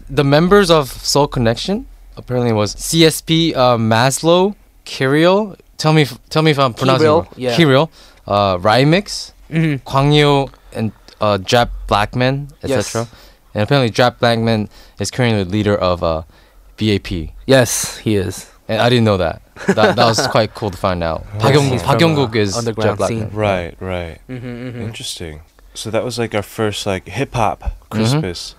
Speaker 4: the members of Soul Connection apparently was CSP uh, Maslow, Kirill, tell me, if, tell me if I'm pronouncing it
Speaker 3: Kiril,
Speaker 4: wrong.
Speaker 3: yeah.
Speaker 4: Kiril, uh, Rymix,
Speaker 3: Mhm.
Speaker 4: Kwangyo, and uh, Jap Blackman,
Speaker 3: Yes.
Speaker 4: etc. And apparently, Jap Blackman is currently the leader of uh, BAP.
Speaker 3: Yes, he is.
Speaker 4: And I didn't know that. That, that was quite cool to find out.
Speaker 3: He's
Speaker 4: Pagyong,
Speaker 3: from,
Speaker 4: Pagyonguk
Speaker 3: uh,
Speaker 4: is
Speaker 3: underground
Speaker 4: Jap Blackman.
Speaker 3: scene.
Speaker 2: Right, right.
Speaker 4: Mm-hmm,
Speaker 2: Interesting. So that was like our first like hip
Speaker 4: Mm-hmm.
Speaker 2: hop Christmas.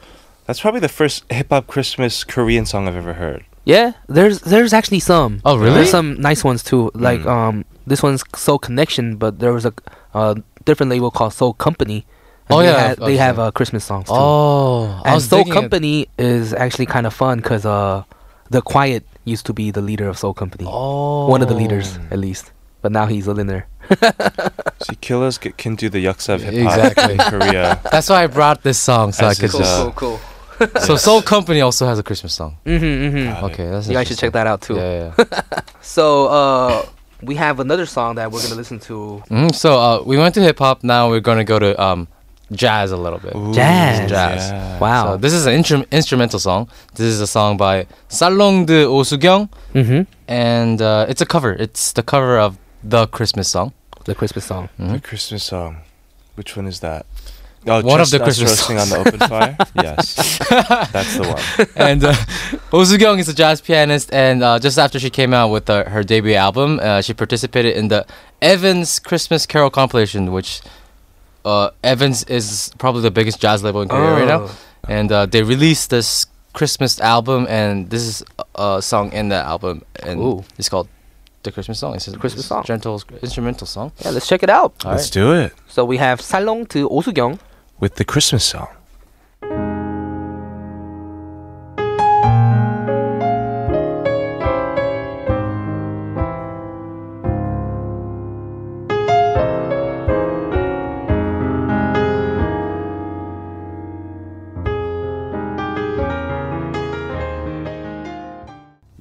Speaker 2: That's probably the first hip hop Christmas Korean song I've ever heard.
Speaker 3: Yeah, there's there's actually some.
Speaker 4: Oh, really? Hmm.
Speaker 3: There's some nice ones too. Like um, this one's Soul Connection, but there was a uh, different label called Soul Company. and
Speaker 4: Oh,
Speaker 3: they
Speaker 4: yeah,
Speaker 3: had-
Speaker 4: I've-
Speaker 3: they
Speaker 4: I've
Speaker 3: have
Speaker 4: seen
Speaker 3: uh, Christmas songs too.
Speaker 4: Oh, I
Speaker 3: and
Speaker 4: was
Speaker 3: Soul
Speaker 4: thinking it-
Speaker 3: Company is actually kind of fun because uh, the Quiet used to be the leader of Soul Company.
Speaker 4: Oh,
Speaker 3: One of the leaders, at least. But now he's a leader.
Speaker 2: See, Killers c- can do the yuksav hip hop
Speaker 4: Exactly.
Speaker 2: in Korea.
Speaker 4: That's why I brought this song so
Speaker 2: As
Speaker 4: I could.
Speaker 2: is, uh,
Speaker 4: Uh,
Speaker 3: cool.
Speaker 4: so Soul Company also has a Christmas song.
Speaker 3: Mm-hmm, mm-hmm.
Speaker 2: Got it.
Speaker 4: Okay, that's
Speaker 3: You guys should check
Speaker 4: interesting.
Speaker 3: that out too.
Speaker 4: Yeah, yeah.
Speaker 3: So uh, we have another song that we're gonna listen to.
Speaker 4: yeah. mm, so uh, we went to hip hop. Now we're gonna go to um, jazz a little bit.
Speaker 2: Ooh,
Speaker 3: Jazz.
Speaker 4: Jazz.
Speaker 2: yeah.
Speaker 3: Wow.
Speaker 4: So this is an intru- instrumental song. This is a song by Salong de Osugyong,
Speaker 3: mm-hmm.
Speaker 4: and uh, it's a cover. It's the cover of the Christmas song.
Speaker 3: The Christmas song.
Speaker 4: Mm-hmm.
Speaker 2: The Christmas song. Which one is that? Oh,
Speaker 4: One of the
Speaker 2: chestnuts
Speaker 4: Christmas
Speaker 2: roasting on the open fire. yes, that's the one.
Speaker 4: and uh, Oh Soo-kyung is a jazz pianist, and uh, just after she came out with uh, her debut album, uh, she participated in the Evans Christmas Carol compilation, which uh, Evans is probably the biggest jazz label in Korea right now,
Speaker 3: Oh.
Speaker 4: and uh, they released this Christmas album, and this is a a song in that album, and
Speaker 3: Ooh.
Speaker 4: it's called the Christmas song. It's a
Speaker 3: Christmas
Speaker 4: it's
Speaker 3: song.
Speaker 4: gentle instrumental song.
Speaker 3: Yeah, let's check it out.
Speaker 4: All
Speaker 2: Let's
Speaker 4: right.
Speaker 2: do it
Speaker 3: So we have Salong to Osugyong.
Speaker 2: with the Christmas song.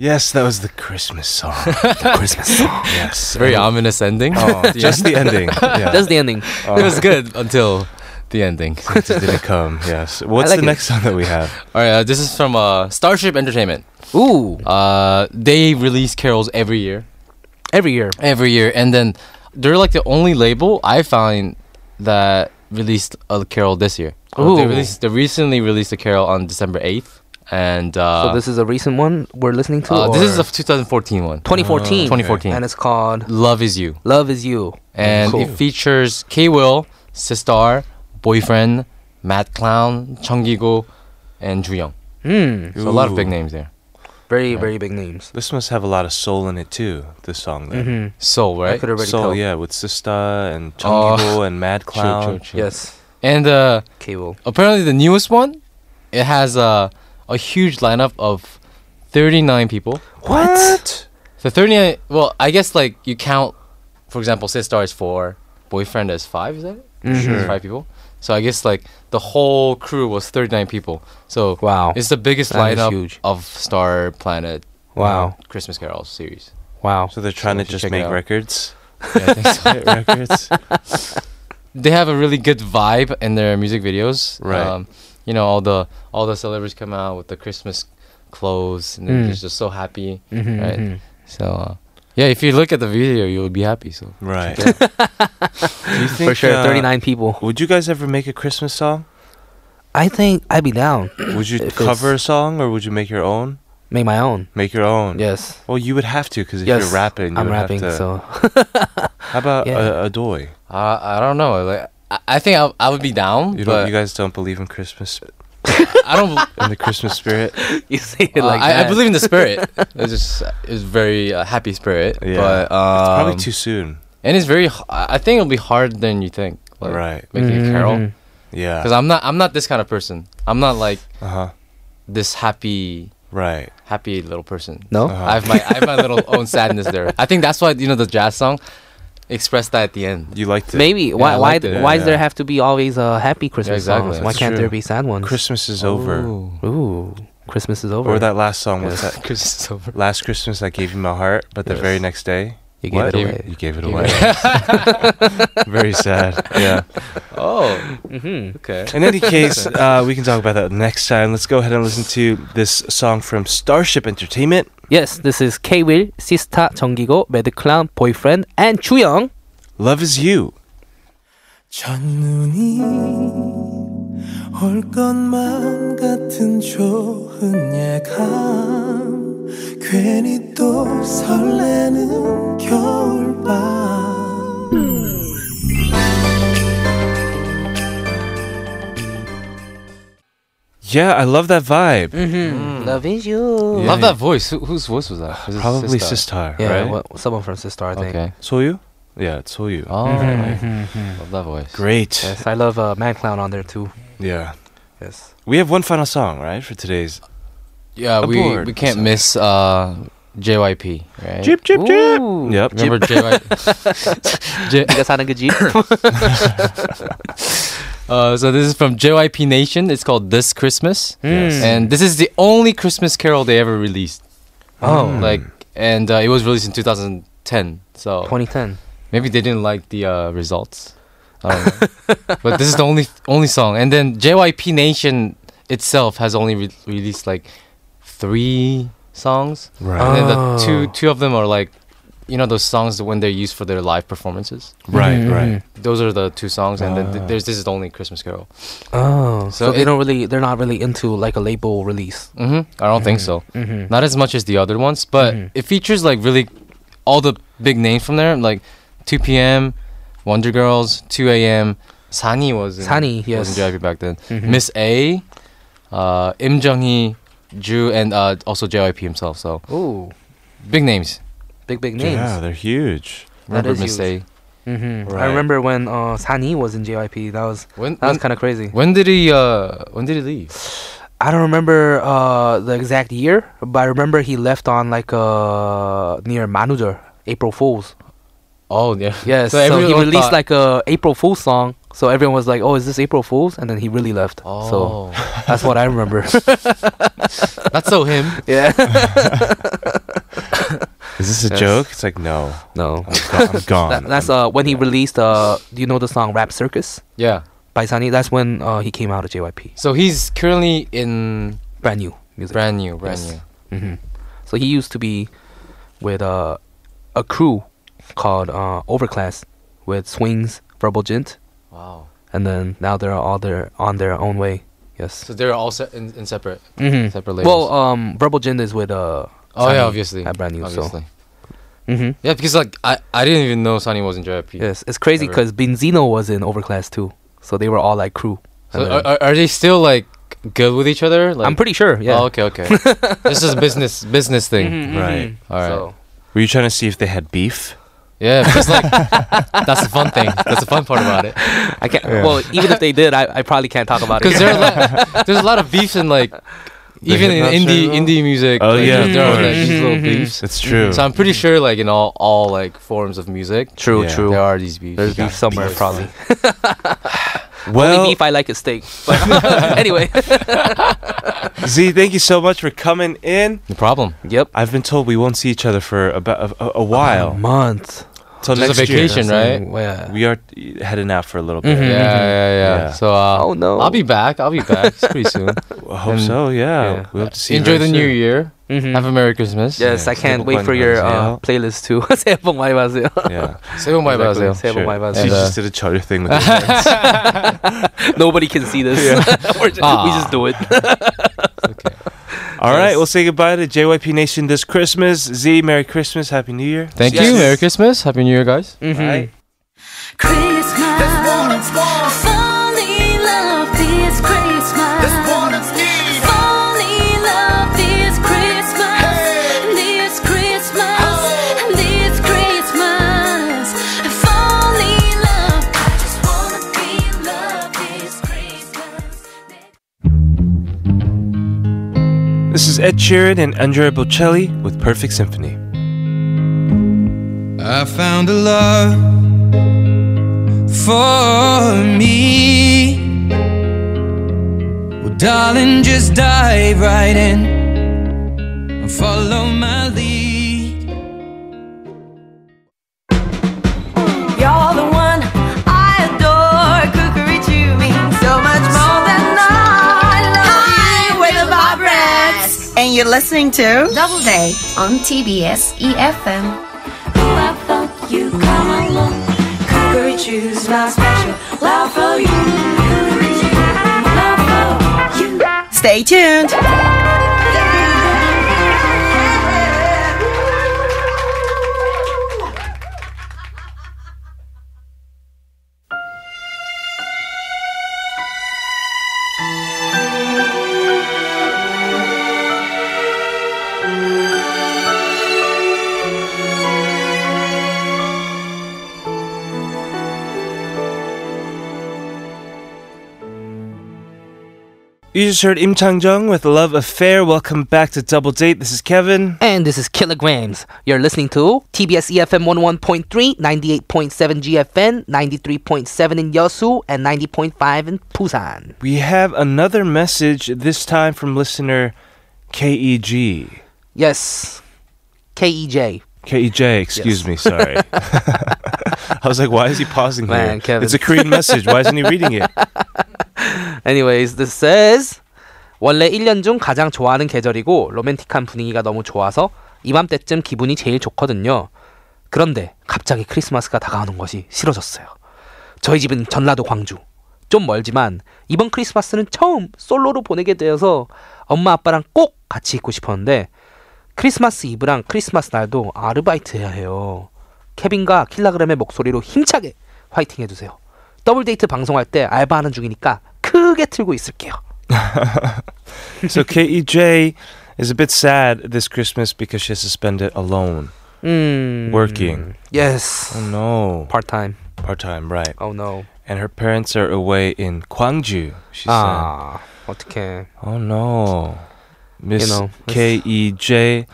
Speaker 2: Yes, that was the Christmas song. the Christmas song. Yes.
Speaker 4: Very ominous ending.
Speaker 2: Oh, just the ending. Yeah.
Speaker 3: That's the ending.
Speaker 4: it
Speaker 3: Oh.
Speaker 4: was good until the ending.
Speaker 2: It didn't come. Yes. What's
Speaker 3: like
Speaker 2: the
Speaker 3: it.
Speaker 2: next song that we have?
Speaker 4: All right, uh, this is from uh, Starship Entertainment.
Speaker 3: Ooh.
Speaker 4: Uh, they release carols every year,
Speaker 3: Every year.
Speaker 4: every year, and then they're like the only label I find that released a carol this year. Uh, They
Speaker 3: Ooh.
Speaker 4: released, they recently released a carol on December eighth, and
Speaker 3: so
Speaker 4: uh,
Speaker 3: this is a recent one we're listening to.
Speaker 4: uh, this is Uh,
Speaker 3: or-
Speaker 4: the 2014 one.
Speaker 3: 2014.
Speaker 4: 2014.
Speaker 3: And it's called
Speaker 4: Love is you,
Speaker 3: Love Is You.
Speaker 4: and
Speaker 3: Cool.
Speaker 4: it features K Will, Sistar, boyfriend, Matt Clown, Chunggigo, and Juyong.
Speaker 3: Hmm.
Speaker 4: So a lot of big
Speaker 2: Ooh.
Speaker 4: names there.
Speaker 3: Very very big names.
Speaker 2: This must have a lot of soul in it too. This song, then.
Speaker 3: Mm-hmm.
Speaker 4: Soul,
Speaker 3: I
Speaker 4: right?
Speaker 3: could already
Speaker 2: soul,
Speaker 3: tell.
Speaker 2: yeah, with Sista and
Speaker 4: Oh.
Speaker 2: Chungibo and Mad Clown.
Speaker 4: True, true, true.
Speaker 3: Yes.
Speaker 4: And uh,
Speaker 3: Cable.
Speaker 4: apparently the newest one it has a, a huge lineup of 39 people
Speaker 2: What?
Speaker 4: so 39 well i guess like you count for example sistar is four boyfriend is five is that it?
Speaker 3: Mm-hmm.
Speaker 4: It's five people so i guess like the whole crew was 39 people so
Speaker 3: Wow.
Speaker 4: it's the biggest
Speaker 3: That is
Speaker 4: lineup
Speaker 3: huge.
Speaker 4: of star planet
Speaker 3: Wow.
Speaker 4: uh, christmas carol series
Speaker 3: Wow.
Speaker 2: So they're trying
Speaker 4: we
Speaker 2: to just
Speaker 4: should check it
Speaker 2: make
Speaker 4: out.
Speaker 2: records.
Speaker 4: Yeah, I think so.
Speaker 2: Hit records.
Speaker 4: they have a really good vibe in their music videos. Um,
Speaker 2: Right.
Speaker 4: you know, all the all the celebrities come out with the Christmas clothes, and they're
Speaker 3: Mm.
Speaker 4: just- just so happy.
Speaker 3: Mhm,
Speaker 4: right.
Speaker 3: mhm.
Speaker 4: So, uh, yeah, if you look at the video, you'll be happy. So,
Speaker 2: Right.
Speaker 4: check it out.
Speaker 2: Do you think,
Speaker 3: For sure.
Speaker 2: uh,
Speaker 3: 39 people.
Speaker 2: Would you guys ever make a Christmas song?
Speaker 3: I think I'd be down.
Speaker 2: Would you
Speaker 3: If
Speaker 2: cover
Speaker 3: it's-
Speaker 2: a song or would you make your own?
Speaker 3: Make my own.
Speaker 2: Make your own.
Speaker 3: Yes.
Speaker 2: Well, you would have to because if
Speaker 3: yes.
Speaker 2: you're rapping, you
Speaker 3: I'm
Speaker 2: would
Speaker 3: rapping.
Speaker 2: have to.
Speaker 3: So
Speaker 2: How about
Speaker 3: Yeah.
Speaker 2: a, a doy?
Speaker 4: I I don't know. Like, I, I think I, I would be down,
Speaker 2: You don't.
Speaker 4: but
Speaker 2: You guys don't believe in Christmas
Speaker 4: I don't. uh,
Speaker 2: in the Christmas spirit.
Speaker 3: you say it like
Speaker 4: I,
Speaker 3: that.
Speaker 4: I believe in the spirit. It's just it's very uh, happy spirit.
Speaker 2: Yeah.
Speaker 4: But um,
Speaker 2: Probably too soon.
Speaker 4: And it's very. h- I I think it'll be harder than you think. Like,
Speaker 2: Right.
Speaker 4: Making a carol.
Speaker 3: Mhm.
Speaker 2: Yeah.
Speaker 4: Because I'm not. I'm not this kind of person. I'm not like
Speaker 2: Uh huh.
Speaker 4: this happy
Speaker 2: Right.
Speaker 4: happy little person.
Speaker 3: No.
Speaker 2: Uh-huh.
Speaker 4: I have my I have my little own sadness there. I think that's why you know the jazz song expressed that at the end.
Speaker 2: You liked it.
Speaker 3: Maybe why
Speaker 4: I
Speaker 3: why
Speaker 4: liked it.
Speaker 2: Yeah.
Speaker 3: why does there have to be always a happy Christmas
Speaker 4: exactly.
Speaker 3: songs? Why
Speaker 4: That's
Speaker 3: can't
Speaker 2: true.
Speaker 3: there be sad ones?
Speaker 2: Christmas is over.
Speaker 4: Ooh.
Speaker 3: Ooh, Christmas is Oh,
Speaker 2: Or
Speaker 3: over.
Speaker 2: that last song. What's that?
Speaker 4: Because it's over.
Speaker 2: Last Christmas I gave you my heart, but the
Speaker 4: Yes.
Speaker 2: very next day
Speaker 3: you gave
Speaker 2: What?
Speaker 3: it away.
Speaker 2: You gave it away. very sad. Yeah.
Speaker 4: Oh,
Speaker 3: Mm-hmm.
Speaker 4: okay.
Speaker 2: In any case, uh, we can talk about that next time. Let's go ahead and listen to this song from Starship Entertainment.
Speaker 3: Yes, this is K Will, Sista, 정기고, Mad Clown, Boyfriend, and 주영.
Speaker 2: Love is you.
Speaker 11: 첫눈이 올 것만 같은 좋은 예감 괜히 또 설레는 겨울밤
Speaker 2: Yeah, I love that vibe.
Speaker 3: Mm-hmm. Love is you.
Speaker 4: Love that voice. Who, whose voice was that? Was it
Speaker 2: Probably Sistar,
Speaker 3: Yeah,
Speaker 2: right?
Speaker 3: well, someone from Sistar, I think.
Speaker 4: Okay.
Speaker 2: Soyu? Yeah, it's Soyu.
Speaker 4: Oh,
Speaker 3: Mhm.
Speaker 4: right. love that voice.
Speaker 2: Mm-hmm, Great.
Speaker 3: Yes, I love uh, Man Clown on there too.
Speaker 2: Yeah.
Speaker 3: Yes.
Speaker 2: We have one final song, right, for today's
Speaker 4: Yeah, we,
Speaker 2: Aboard.
Speaker 4: we can't miss uh, JYP, right?
Speaker 2: Jip Jip Jip.
Speaker 3: Ooh.
Speaker 2: Yep.
Speaker 4: Remember JYP? J-
Speaker 3: 네가 사는 그 집.
Speaker 4: uh, so this is from JYP Nation. It's called This Christmas.
Speaker 2: Mm.
Speaker 3: Yes.
Speaker 4: And this is the only Christmas carol they ever released.
Speaker 3: Oh.
Speaker 4: Like, and uh, it was released in 2010. So
Speaker 3: 2010.
Speaker 4: maybe they didn't like the uh, results. I don't know. but this is the only only song. And then JYP Nation itself has only re- released like three songs.
Speaker 2: Right.
Speaker 4: And then the
Speaker 3: Oh.
Speaker 4: two two of them are like, you know, those songs that when they're used for their live performances.
Speaker 2: Right,
Speaker 3: Mhm,
Speaker 2: right.
Speaker 4: Those are the two songs, and then
Speaker 2: Ah.
Speaker 4: th- there's this is the only Christmas Carol.
Speaker 3: Oh, so,
Speaker 4: So
Speaker 3: they
Speaker 4: it-
Speaker 3: don't really, they're not really into like a label release.
Speaker 4: hmm I don't think so.
Speaker 3: Mm-hmm.
Speaker 4: Not as much as the other ones, but
Speaker 3: Mhm.
Speaker 4: it features like really all the big names from there, like 2 p.m., Wonder Girls, 2 a.m. Sani was in,
Speaker 3: Sunny,
Speaker 4: was
Speaker 3: yes.
Speaker 4: in JYP back then.
Speaker 3: Mhm.
Speaker 4: Miss A, uh, Im Jung Hee, Ju, and uh, also JYP himself. So
Speaker 3: Ooh,
Speaker 4: big names.
Speaker 3: big big names.
Speaker 2: Yeah, they're huge.
Speaker 3: That
Speaker 4: Remember
Speaker 3: is
Speaker 4: Miss
Speaker 3: huge.
Speaker 4: A?
Speaker 3: Mm-hmm. I
Speaker 2: Right.
Speaker 3: remember when uh, Sunny was in JYP. That was
Speaker 4: When
Speaker 3: that was
Speaker 4: when,
Speaker 3: kind of crazy.
Speaker 4: when did he uh, when did he leave?
Speaker 3: I don't remember uh, the exact year, but I remember he left on like uh, near Manudor, April Fools.
Speaker 4: Oh yeah,
Speaker 3: Yes, so, he
Speaker 4: everyone
Speaker 3: released
Speaker 4: thought-
Speaker 3: like a April Fools song. So everyone was like, "Oh, is this April Fools?" And then he really left. So
Speaker 4: Oh,
Speaker 3: that's what I remember.
Speaker 4: that's so him.
Speaker 3: yeah.
Speaker 2: Is this a
Speaker 3: Yes.
Speaker 2: joke? It's like no. I'm
Speaker 3: No.
Speaker 2: gone. I'm gone.
Speaker 3: That, that's uh when he released uh do you know the song Rap Circus
Speaker 4: Yeah.
Speaker 3: by Sunny? That's when uh he came out of JYP.
Speaker 4: So he's currently in
Speaker 3: Brand new music.
Speaker 4: brand new, brand
Speaker 3: Yes. hmm
Speaker 4: new.
Speaker 3: So he used to be with uh, a crew called uh, Overclass with Swings, Verbal Gent,
Speaker 4: Wow.
Speaker 3: and then now they're all their on their own way. Yes.
Speaker 4: So they're all se- in, in separate
Speaker 3: Mhm.
Speaker 4: separate
Speaker 3: Well,
Speaker 4: labels.
Speaker 3: um, Verbal Gent is with uh.
Speaker 4: oh yeah,
Speaker 3: Sunny
Speaker 4: obviously.
Speaker 3: At brand new.
Speaker 4: obviously.
Speaker 3: So. hmm
Speaker 4: Yeah, because like I, I didn't even know Sunny was in JYP.
Speaker 3: Yes, it's crazy
Speaker 4: Ever.
Speaker 3: because Benzino was in Overclass too, so they were all like crew. And
Speaker 4: So
Speaker 3: then-
Speaker 4: are, are, are they still like good with each other? Like,
Speaker 3: I'm pretty sure. Yeah.
Speaker 4: Oh, okay, okay. this is a business business thing.
Speaker 3: Mm-hmm.
Speaker 2: Right.
Speaker 4: All right.
Speaker 3: So
Speaker 2: Were you trying to see if they had beef?
Speaker 4: Yeah, because like that's the fun thing. That's the fun part about it.
Speaker 3: I can't. Well, even if they did, I, I probably can't talk about it.
Speaker 4: Because there are like, there's a lot of beefs in like even in
Speaker 2: hip-hop
Speaker 4: indie
Speaker 2: genre?
Speaker 4: indie music.
Speaker 2: Oh,
Speaker 4: like,
Speaker 2: yeah, of
Speaker 4: there are like,
Speaker 2: course.
Speaker 4: these
Speaker 3: Mm-hmm.
Speaker 4: little beefs.
Speaker 2: It's true.
Speaker 4: So I'm pretty sure like in all all like forms of music,
Speaker 3: True,
Speaker 2: Yeah.
Speaker 3: true.
Speaker 4: there are these beefs.
Speaker 3: There's beef somewhere, probably.
Speaker 2: well,
Speaker 3: Only beef I like is steak. But anyway.
Speaker 2: Z, thank you so much for coming in.
Speaker 4: No problem.
Speaker 3: Yep.
Speaker 2: I've been told we won't see each other for about a, a, a
Speaker 3: A
Speaker 2: while
Speaker 3: month.
Speaker 2: till
Speaker 4: There's a
Speaker 2: next
Speaker 4: vacation, Mm-hmm.
Speaker 2: year.
Speaker 4: right?
Speaker 3: Yeah.
Speaker 2: We are uh, heading out for a little bit.
Speaker 4: Yeah, yeah, yeah,
Speaker 2: Yeah.
Speaker 4: So uh,
Speaker 3: Oh, no.
Speaker 4: I'll be back. I'll be back It's pretty soon.
Speaker 2: I hope
Speaker 4: And-
Speaker 2: so. Yeah,
Speaker 4: yeah.
Speaker 2: we hope to see. you
Speaker 4: Enjoy the
Speaker 2: very
Speaker 4: new
Speaker 2: soon.
Speaker 4: year.
Speaker 3: Mm-hmm.
Speaker 4: Have a merry Christmas.
Speaker 3: Yes, I can't wait for your uh, playlist too. 새해 복 많이 받으세요.
Speaker 2: Yeah,
Speaker 4: 새해 복 많이
Speaker 3: Exactly.
Speaker 4: 받으세요.
Speaker 3: 새해 복 많이
Speaker 2: So you
Speaker 3: 받으세요.
Speaker 4: And, uh,
Speaker 2: just did a charter thing with your friends.
Speaker 3: Nobody can see this. We're just, We
Speaker 4: Ah.
Speaker 3: just do it.
Speaker 2: All right, we'll say goodbye to JYP Nation this Christmas. Z, Merry Christmas, Happy New Year.
Speaker 4: Thank you. Merry Christmas. Happy New Year, guys.
Speaker 3: Mm,
Speaker 2: Bye.
Speaker 5: Christmas. Fall in love this Christmas. Fall in love this Christmas. This Christmas. This Christmas. Fall in love. I just wanna be in love this Christmas.
Speaker 2: This is Ed Sheeran and Andrea Bocelli with Perfect Symphony.
Speaker 9: I found a love for me. Well, darling, just dive right in and follow my lead.
Speaker 12: You're the one I adore. Cookery to me so much more than I love you with a vibrance. And you
Speaker 13: listening to Double Day on TBS EFM.
Speaker 12: You come along. Cookery choose my special love for you. Cookery choose love for you.
Speaker 13: Stay tuned.
Speaker 2: You just heard Im Chang Jung with Love Affair. Welcome back to Double Date. This is Kevin.
Speaker 3: And this is Kilograms. You're listening to TBS EFM 101.3, 98.7 GFN, 93.7 in Yeosu, and 90.5 in Busan.
Speaker 2: We have another message, this time from listener E KEG.
Speaker 3: Yes. E KEJ.
Speaker 2: KEJ, E excuse
Speaker 3: Yes.
Speaker 2: me, sorry. I was like, why is he pausing
Speaker 3: Man,
Speaker 2: here?
Speaker 3: Kevin.
Speaker 2: It's a Korean message. Why isn't he reading it?
Speaker 3: Anyways, this says 원래 1년 중 가장 좋아하는 계절이고 로맨틱한 분위기가 너무 좋아서 이맘때쯤 기분이 제일 좋거든요. 그런데 갑자기 크리스마스가 다가오는 것이 싫어졌어요. 저희 집은 전라도 광주. 좀 멀지만 이번 크리스마스는 처음 솔로로 보내게 되어서 엄마 아빠랑 꼭 같이 있고 싶었는데 크리스마스 이브랑 크리스마스 날도 아르바이트 해야 해요. 케빈과 킬라그램의 목소리로 힘차게 화이팅 해주세요. 더블 데이트 방송할 때 알바하는 중이니까 크게 틀고 있을게요.
Speaker 2: So KEJ is a bit sad this Christmas because she has to spend it alone,
Speaker 3: 음.
Speaker 2: working.
Speaker 3: Yes.
Speaker 2: Oh no.
Speaker 3: Part time.
Speaker 2: Part time, right.
Speaker 3: Oh no.
Speaker 2: And her parents are away in Gwangju, she
Speaker 3: 아, 어떻게?
Speaker 2: said. Oh no. Miss E
Speaker 3: know,
Speaker 2: KEJ.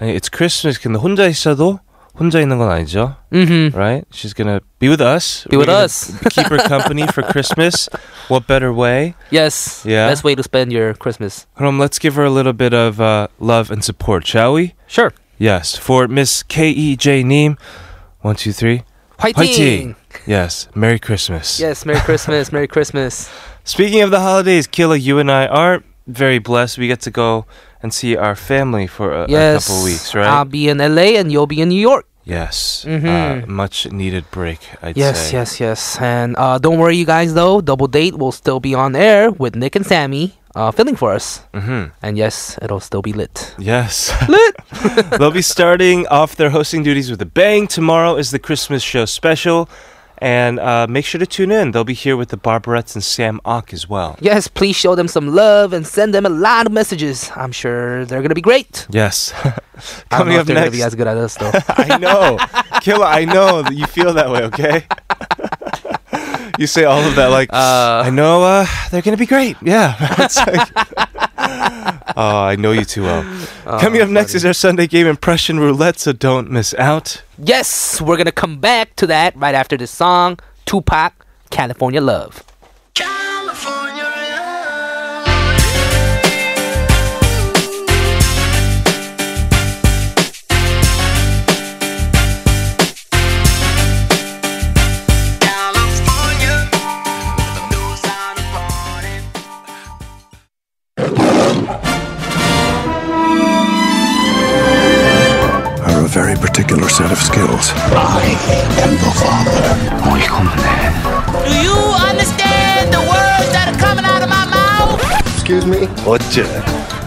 Speaker 2: 아니, It's Christmas. 근데 혼자 있어도 혼자 있는 건 아니죠.
Speaker 3: Mhm.
Speaker 2: Right? She's going to be with us.
Speaker 3: Be
Speaker 2: We're
Speaker 3: with
Speaker 2: gonna
Speaker 3: us.
Speaker 2: keep her company for Christmas. What better way?
Speaker 3: Yes.
Speaker 2: Yeah.
Speaker 3: Best way to spend your Christmas.
Speaker 2: 그럼 let's give her a little bit of uh, love and support, shall we?
Speaker 3: Sure.
Speaker 2: Yes, for Miss KEJ Neem. One, two, three.
Speaker 3: 화이팅!
Speaker 2: 화이팅! Yes, Merry Christmas.
Speaker 3: Yes. Merry Christmas. Merry Christmas.
Speaker 2: Speaking of the holidays, Killa, you and I are very blessed. We get to go and see our family for a, a
Speaker 3: Yes. Ah,
Speaker 2: couple weeks, right?
Speaker 3: I'll be in LA and you'll be in New York.
Speaker 2: yes.
Speaker 3: Mhm.
Speaker 2: Uh, much needed break, I'd
Speaker 3: yes,
Speaker 2: say.
Speaker 3: yes, yes. And uh, don't worry, you guys, though. Double Date will still be on air with Nick and Sammy uh, filling for us.
Speaker 2: Mhm.
Speaker 3: And yes, it'll still be lit.
Speaker 2: Yes. Lit. They'll be starting off their hosting duties with a bang. Tomorrow is the Christmas show special. And uh, make sure to tune in. They'll be here with the Barbarettes and Sam Ock as well.
Speaker 3: Yes, please show them some love and send them a lot of messages. I'm sure they're going to be great.
Speaker 2: Yes.
Speaker 3: I don't
Speaker 2: Coming up
Speaker 3: know if they're
Speaker 2: next.
Speaker 3: gonna be as good at us, though.
Speaker 2: I know. Killa, I know that you feel that way, okay? you say all of that like, I know uh, they're going to be great. Yeah. It's like, oh, I know you too well.
Speaker 3: Oh,
Speaker 2: Coming up next is our Sunday game impression roulette, so don't miss out.
Speaker 3: Yes, we're going to come back to that right after this song Tupac, California Love.
Speaker 14: are a very particular set of skills. I am the father.
Speaker 9: Do you understand the words that are coming out of my mouth?
Speaker 14: Excuse me. 어째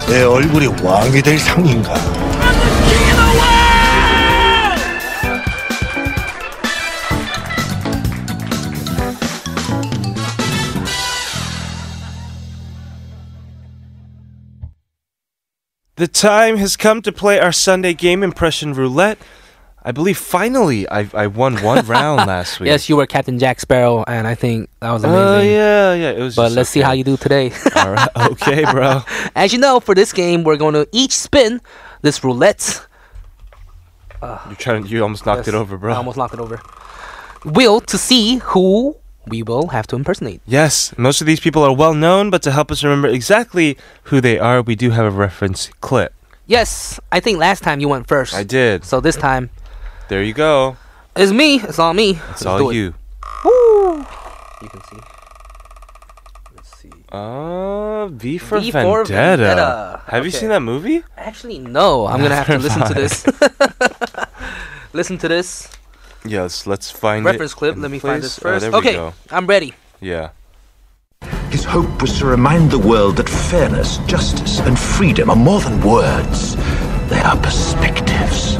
Speaker 14: 내 얼굴이 왕이 될 상인가?
Speaker 2: The time has come to play our Sunday game impression roulette. I believe finally I, I won one round last week.
Speaker 3: Yes, you were Captain Jack Sparrow, and I think that was amazing.
Speaker 2: Oh, yeah, yeah. It was
Speaker 3: But
Speaker 2: just
Speaker 3: let's see
Speaker 2: okay.
Speaker 3: how you do today.
Speaker 2: All right. Okay, bro.
Speaker 3: As you know, for this game, we're going to each spin this roulette
Speaker 2: You trying? You almost knocked
Speaker 3: Yes,
Speaker 2: it over, bro.
Speaker 3: I almost knocked it over. wheel to see who we will have to impersonate.
Speaker 2: Yes, most of these people are well known, but to help us remember exactly who they are, we do have a reference clip.
Speaker 3: Yes, I think last time you went first.
Speaker 2: I did.
Speaker 3: So this time,
Speaker 2: There you go.
Speaker 3: it's me. It's all me.
Speaker 2: It's
Speaker 3: Let's
Speaker 2: all
Speaker 3: do it.
Speaker 2: you.
Speaker 3: Woo! You can see. Let's see.
Speaker 2: Uh, V for,
Speaker 3: V
Speaker 2: Vendetta.
Speaker 3: for Vendetta.
Speaker 2: Have you
Speaker 3: Okay.
Speaker 2: seen that movie?
Speaker 3: Actually, no. I'm gonna have to listen to this. listen to this
Speaker 2: Yes, let's find it
Speaker 3: reference clip.
Speaker 2: in
Speaker 3: Let me find this
Speaker 2: place.
Speaker 3: first.
Speaker 2: Oh, there we
Speaker 3: okay,
Speaker 2: go.
Speaker 3: I'm ready.
Speaker 2: Yeah.
Speaker 14: His hope was to remind the world that fairness, justice, and freedom are more than words, they are perspectives.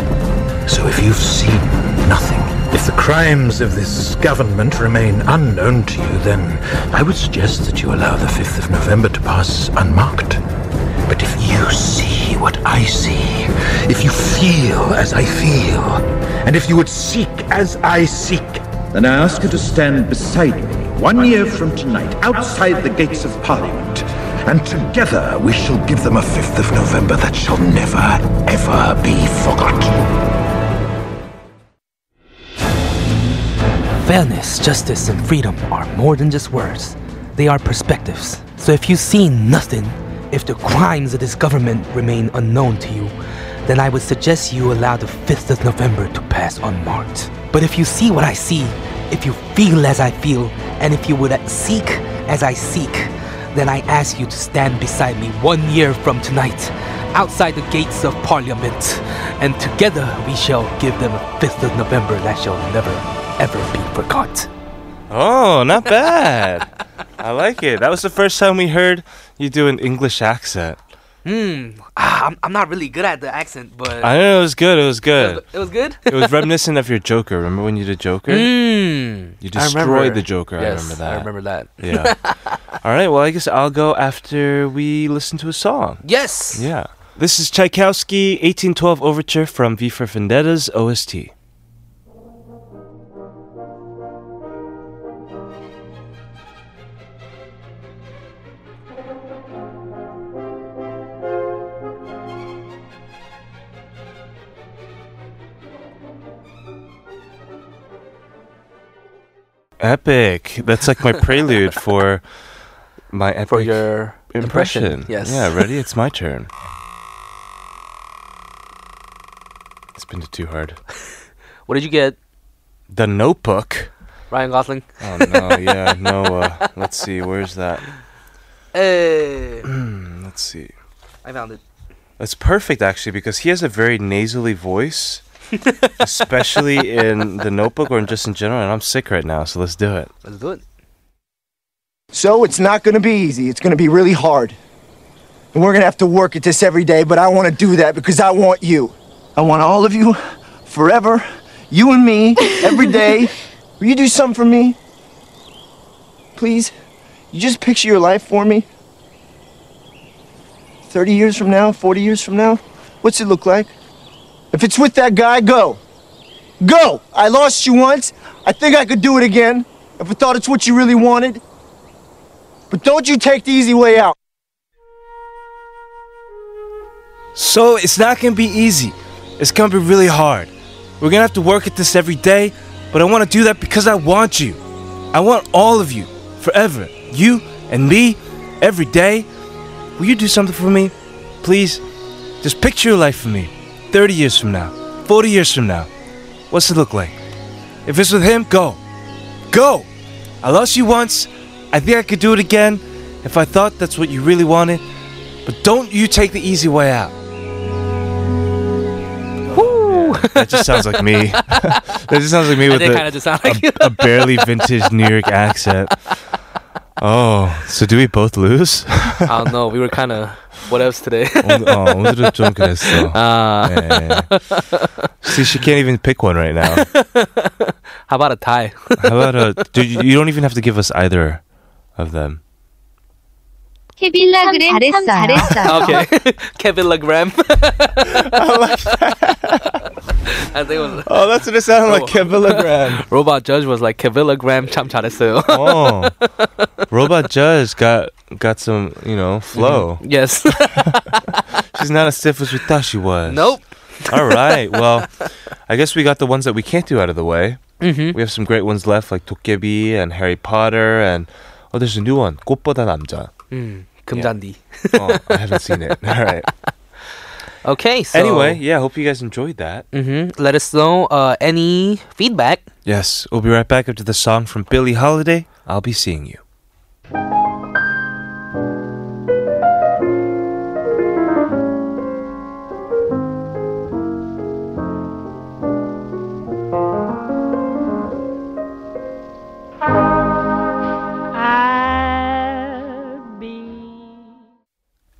Speaker 14: So if you've seen nothing, if the crimes of this government remain unknown to you, then I would suggest that you allow the 5th of November to pass unmarked. But if you see what I see, if you feel as I feel, and if you would seek as I seek,
Speaker 15: Then I ask you to stand beside me one year from tonight, outside the gates of Parliament.
Speaker 14: and together we shall give them a 5th of November that shall never, ever be forgotten.
Speaker 3: Fairness, justice, and freedom are more than just words. They are perspectives. So if you see nothing, if the crimes of this government remain unknown to you, then I would suggest you allow the 5th of November to pass unmarked. But if you see what I see, if you feel as I feel, and if you would seek as I seek, then I ask you to stand beside me one year from tonight, outside the gates of Parliament, and together we shall give them a 5th of November that shall never, ever be forgot.
Speaker 2: Oh, not bad. I like it. That was the first time we heard you do an English accent.
Speaker 3: Hmm. Ah, I'm, I'm not really good at the accent, but
Speaker 2: I know it was good. It was good.
Speaker 3: it was good.
Speaker 2: it was reminiscent of your Joker. Remember when you did Joker?
Speaker 3: Mm.
Speaker 2: You
Speaker 3: I remember.
Speaker 2: destroyed the Joker.
Speaker 3: Yes,
Speaker 2: I remember
Speaker 3: I
Speaker 2: that.
Speaker 3: remember that.
Speaker 2: Yeah. All right. Well, I guess I'll go after we listen to a song.
Speaker 3: Yes.
Speaker 2: Yeah. This is Tchaikovsky 1812 Overture from V for Vendetta's OST. Epic. That's like my prelude for my epic for
Speaker 3: your
Speaker 2: impression.
Speaker 3: impression, yes.
Speaker 2: Yeah, ready? It's my turn. It's been too hard.
Speaker 3: What did you get?
Speaker 2: The Notebook.
Speaker 3: Ryan Gosling.
Speaker 2: Oh no, yeah, no. Uh, let's see, where's that? Mm.
Speaker 3: Hey.
Speaker 2: let's see.
Speaker 3: I found it.
Speaker 2: That's perfect actually because he has a very nasally voice, especially in The Notebook or in just in general. And I'm sick right now, so let's do it.
Speaker 3: Let's do it.
Speaker 16: So it's not going to be easy. It's going to be really hard. And we're going to have to work at this every day, but I want to do that because I want you. I want all of you forever, you and me, every day. Will you do something for me? Please? You just picture your life for me? 30 years from now, 40 years from now? What's it look like? If it's with that guy, go. Go! I lost you once. I think I could do it again if I thought it's what you really wanted. But don't you take the easy way out.
Speaker 2: So it's not gonna be easy. It's gonna be really hard. We're gonna have to work at this every day, but I wanna do that because I want you. I want all of you, forever. You and me, every day. Will you do something for me? Please, just picture your life for me. 30 years from now, 40 years from now. What's it look like? If it's with him, go. Go! I lost you once. I think I could do it again if I thought that's what you really wanted. But don't you take the easy way out. That just sounds like me. that just sounds like me
Speaker 3: I
Speaker 2: with
Speaker 3: did
Speaker 2: a,
Speaker 3: kinda just sound like
Speaker 2: a,
Speaker 3: you.
Speaker 2: a barely vintage New York accent. Oh, so do we both lose? Oh,
Speaker 3: I don't know. We were kind of what else today?
Speaker 2: 오늘- 어, 오늘은 좀 그랬어.
Speaker 3: Ah.
Speaker 2: 예. See, she can't even pick one right now.
Speaker 3: How about a tie?
Speaker 2: How about a? Dude, you you don't even have to give us either of them.
Speaker 17: 케빌라 그램 참 잘했어요.
Speaker 3: okay, Kevin Lagram. I think it was.
Speaker 2: Oh, that's what it sounded like, Kevin Lagram.
Speaker 3: Robot Judge was like Kevin Lagram, 참 잘했어요.
Speaker 2: Oh, Robot Judge got got some, you know, flow.
Speaker 3: Yes.
Speaker 2: She's not as stiff as we thought she was.
Speaker 3: Nope.
Speaker 2: All right. Well, I guess we got the ones that we can't do out of the way.
Speaker 3: Mhm.
Speaker 2: We have some great ones left, like Tokebi and Harry Potter, and oh, there's a new one, 꽃보다 남자.
Speaker 3: Mm, 금잔디.
Speaker 2: Oh, I haven't seen it. All right.
Speaker 3: Okay. So
Speaker 2: Anyway, yeah, hope you guys enjoyed that.
Speaker 3: hmm Let us know uh, any feedback.
Speaker 2: Yes, we'll be right back after the song from Billie Holiday. I'll be seeing you.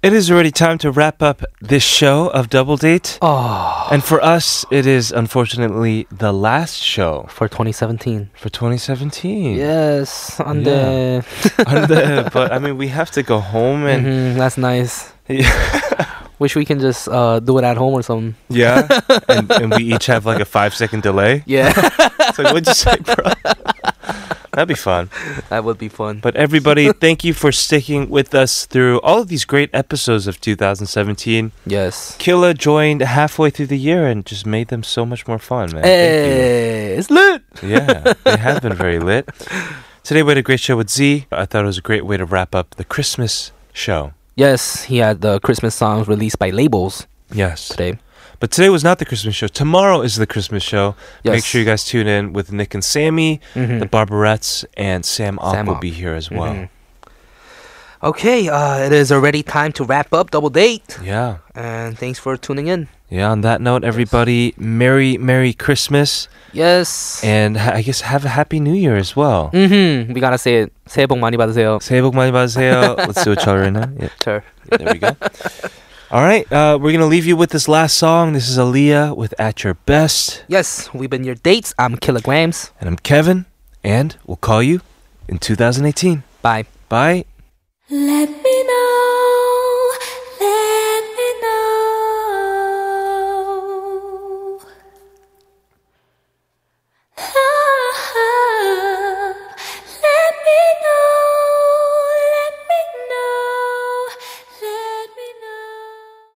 Speaker 2: It is already time to wrap up this show of Double Date. And for us, it is unfortunately the last show.
Speaker 3: For 2017.
Speaker 2: For 2017.
Speaker 3: Yes, 안
Speaker 2: Yeah.
Speaker 3: 돼.
Speaker 2: 안 돼. But I mean, we have to go home and.
Speaker 3: Mhm, that's nice. Wish we can just uh, do it at home or something.
Speaker 2: Yeah. and, and we each have like a five second delay.
Speaker 3: Yeah.
Speaker 2: it's like, what'd you say, bro? That'd be fun.
Speaker 3: That would be fun.
Speaker 2: But everybody, thank you for sticking with us through all of these great episodes of 2017.
Speaker 3: Yes.
Speaker 2: Killa joined halfway through the year and just made them so much more fun, man.
Speaker 3: Hey, it's lit.
Speaker 2: Thank you. Yeah, they have been very lit. Today we had a great show with Z. I thought it was a great way to wrap up the Christmas show.
Speaker 3: Yes, he had the Christmas songs released by labels.
Speaker 2: Yes.
Speaker 3: Today.
Speaker 2: But today was not the Christmas show. Tomorrow is the Christmas show. Make
Speaker 3: Yes.
Speaker 2: sure you guys tune in with Nick and Sammy,
Speaker 3: Mhm.
Speaker 2: the Barbarettes, and Sam Ock
Speaker 3: Sam
Speaker 2: will
Speaker 3: Ock.
Speaker 2: be here as well.
Speaker 3: Mhm. Okay, uh, it is already time to wrap up Double Date.
Speaker 2: Yeah.
Speaker 3: And thanks for tuning in.
Speaker 2: Yeah, on that note, everybody, Merry, Merry Christmas.
Speaker 3: Yes.
Speaker 2: And ha- I guess have a Happy New Year as well.
Speaker 3: Mm-hmm. We gotta say it. 새해 복 많이 받으세요.
Speaker 2: 새해 복 많이 받으세요. Let's do a chart right now. Yeah.
Speaker 3: Sure.
Speaker 2: There we go. All right, uh, we're going to leave you with this last song. This is Aaliyah with At Your Best.
Speaker 3: Yes, we've been your dates. I'm Kilograms.
Speaker 2: And I'm Kevin, and we'll call you in 2018.
Speaker 3: Bye.
Speaker 2: Bye.
Speaker 12: Let me know
Speaker 5: Ah,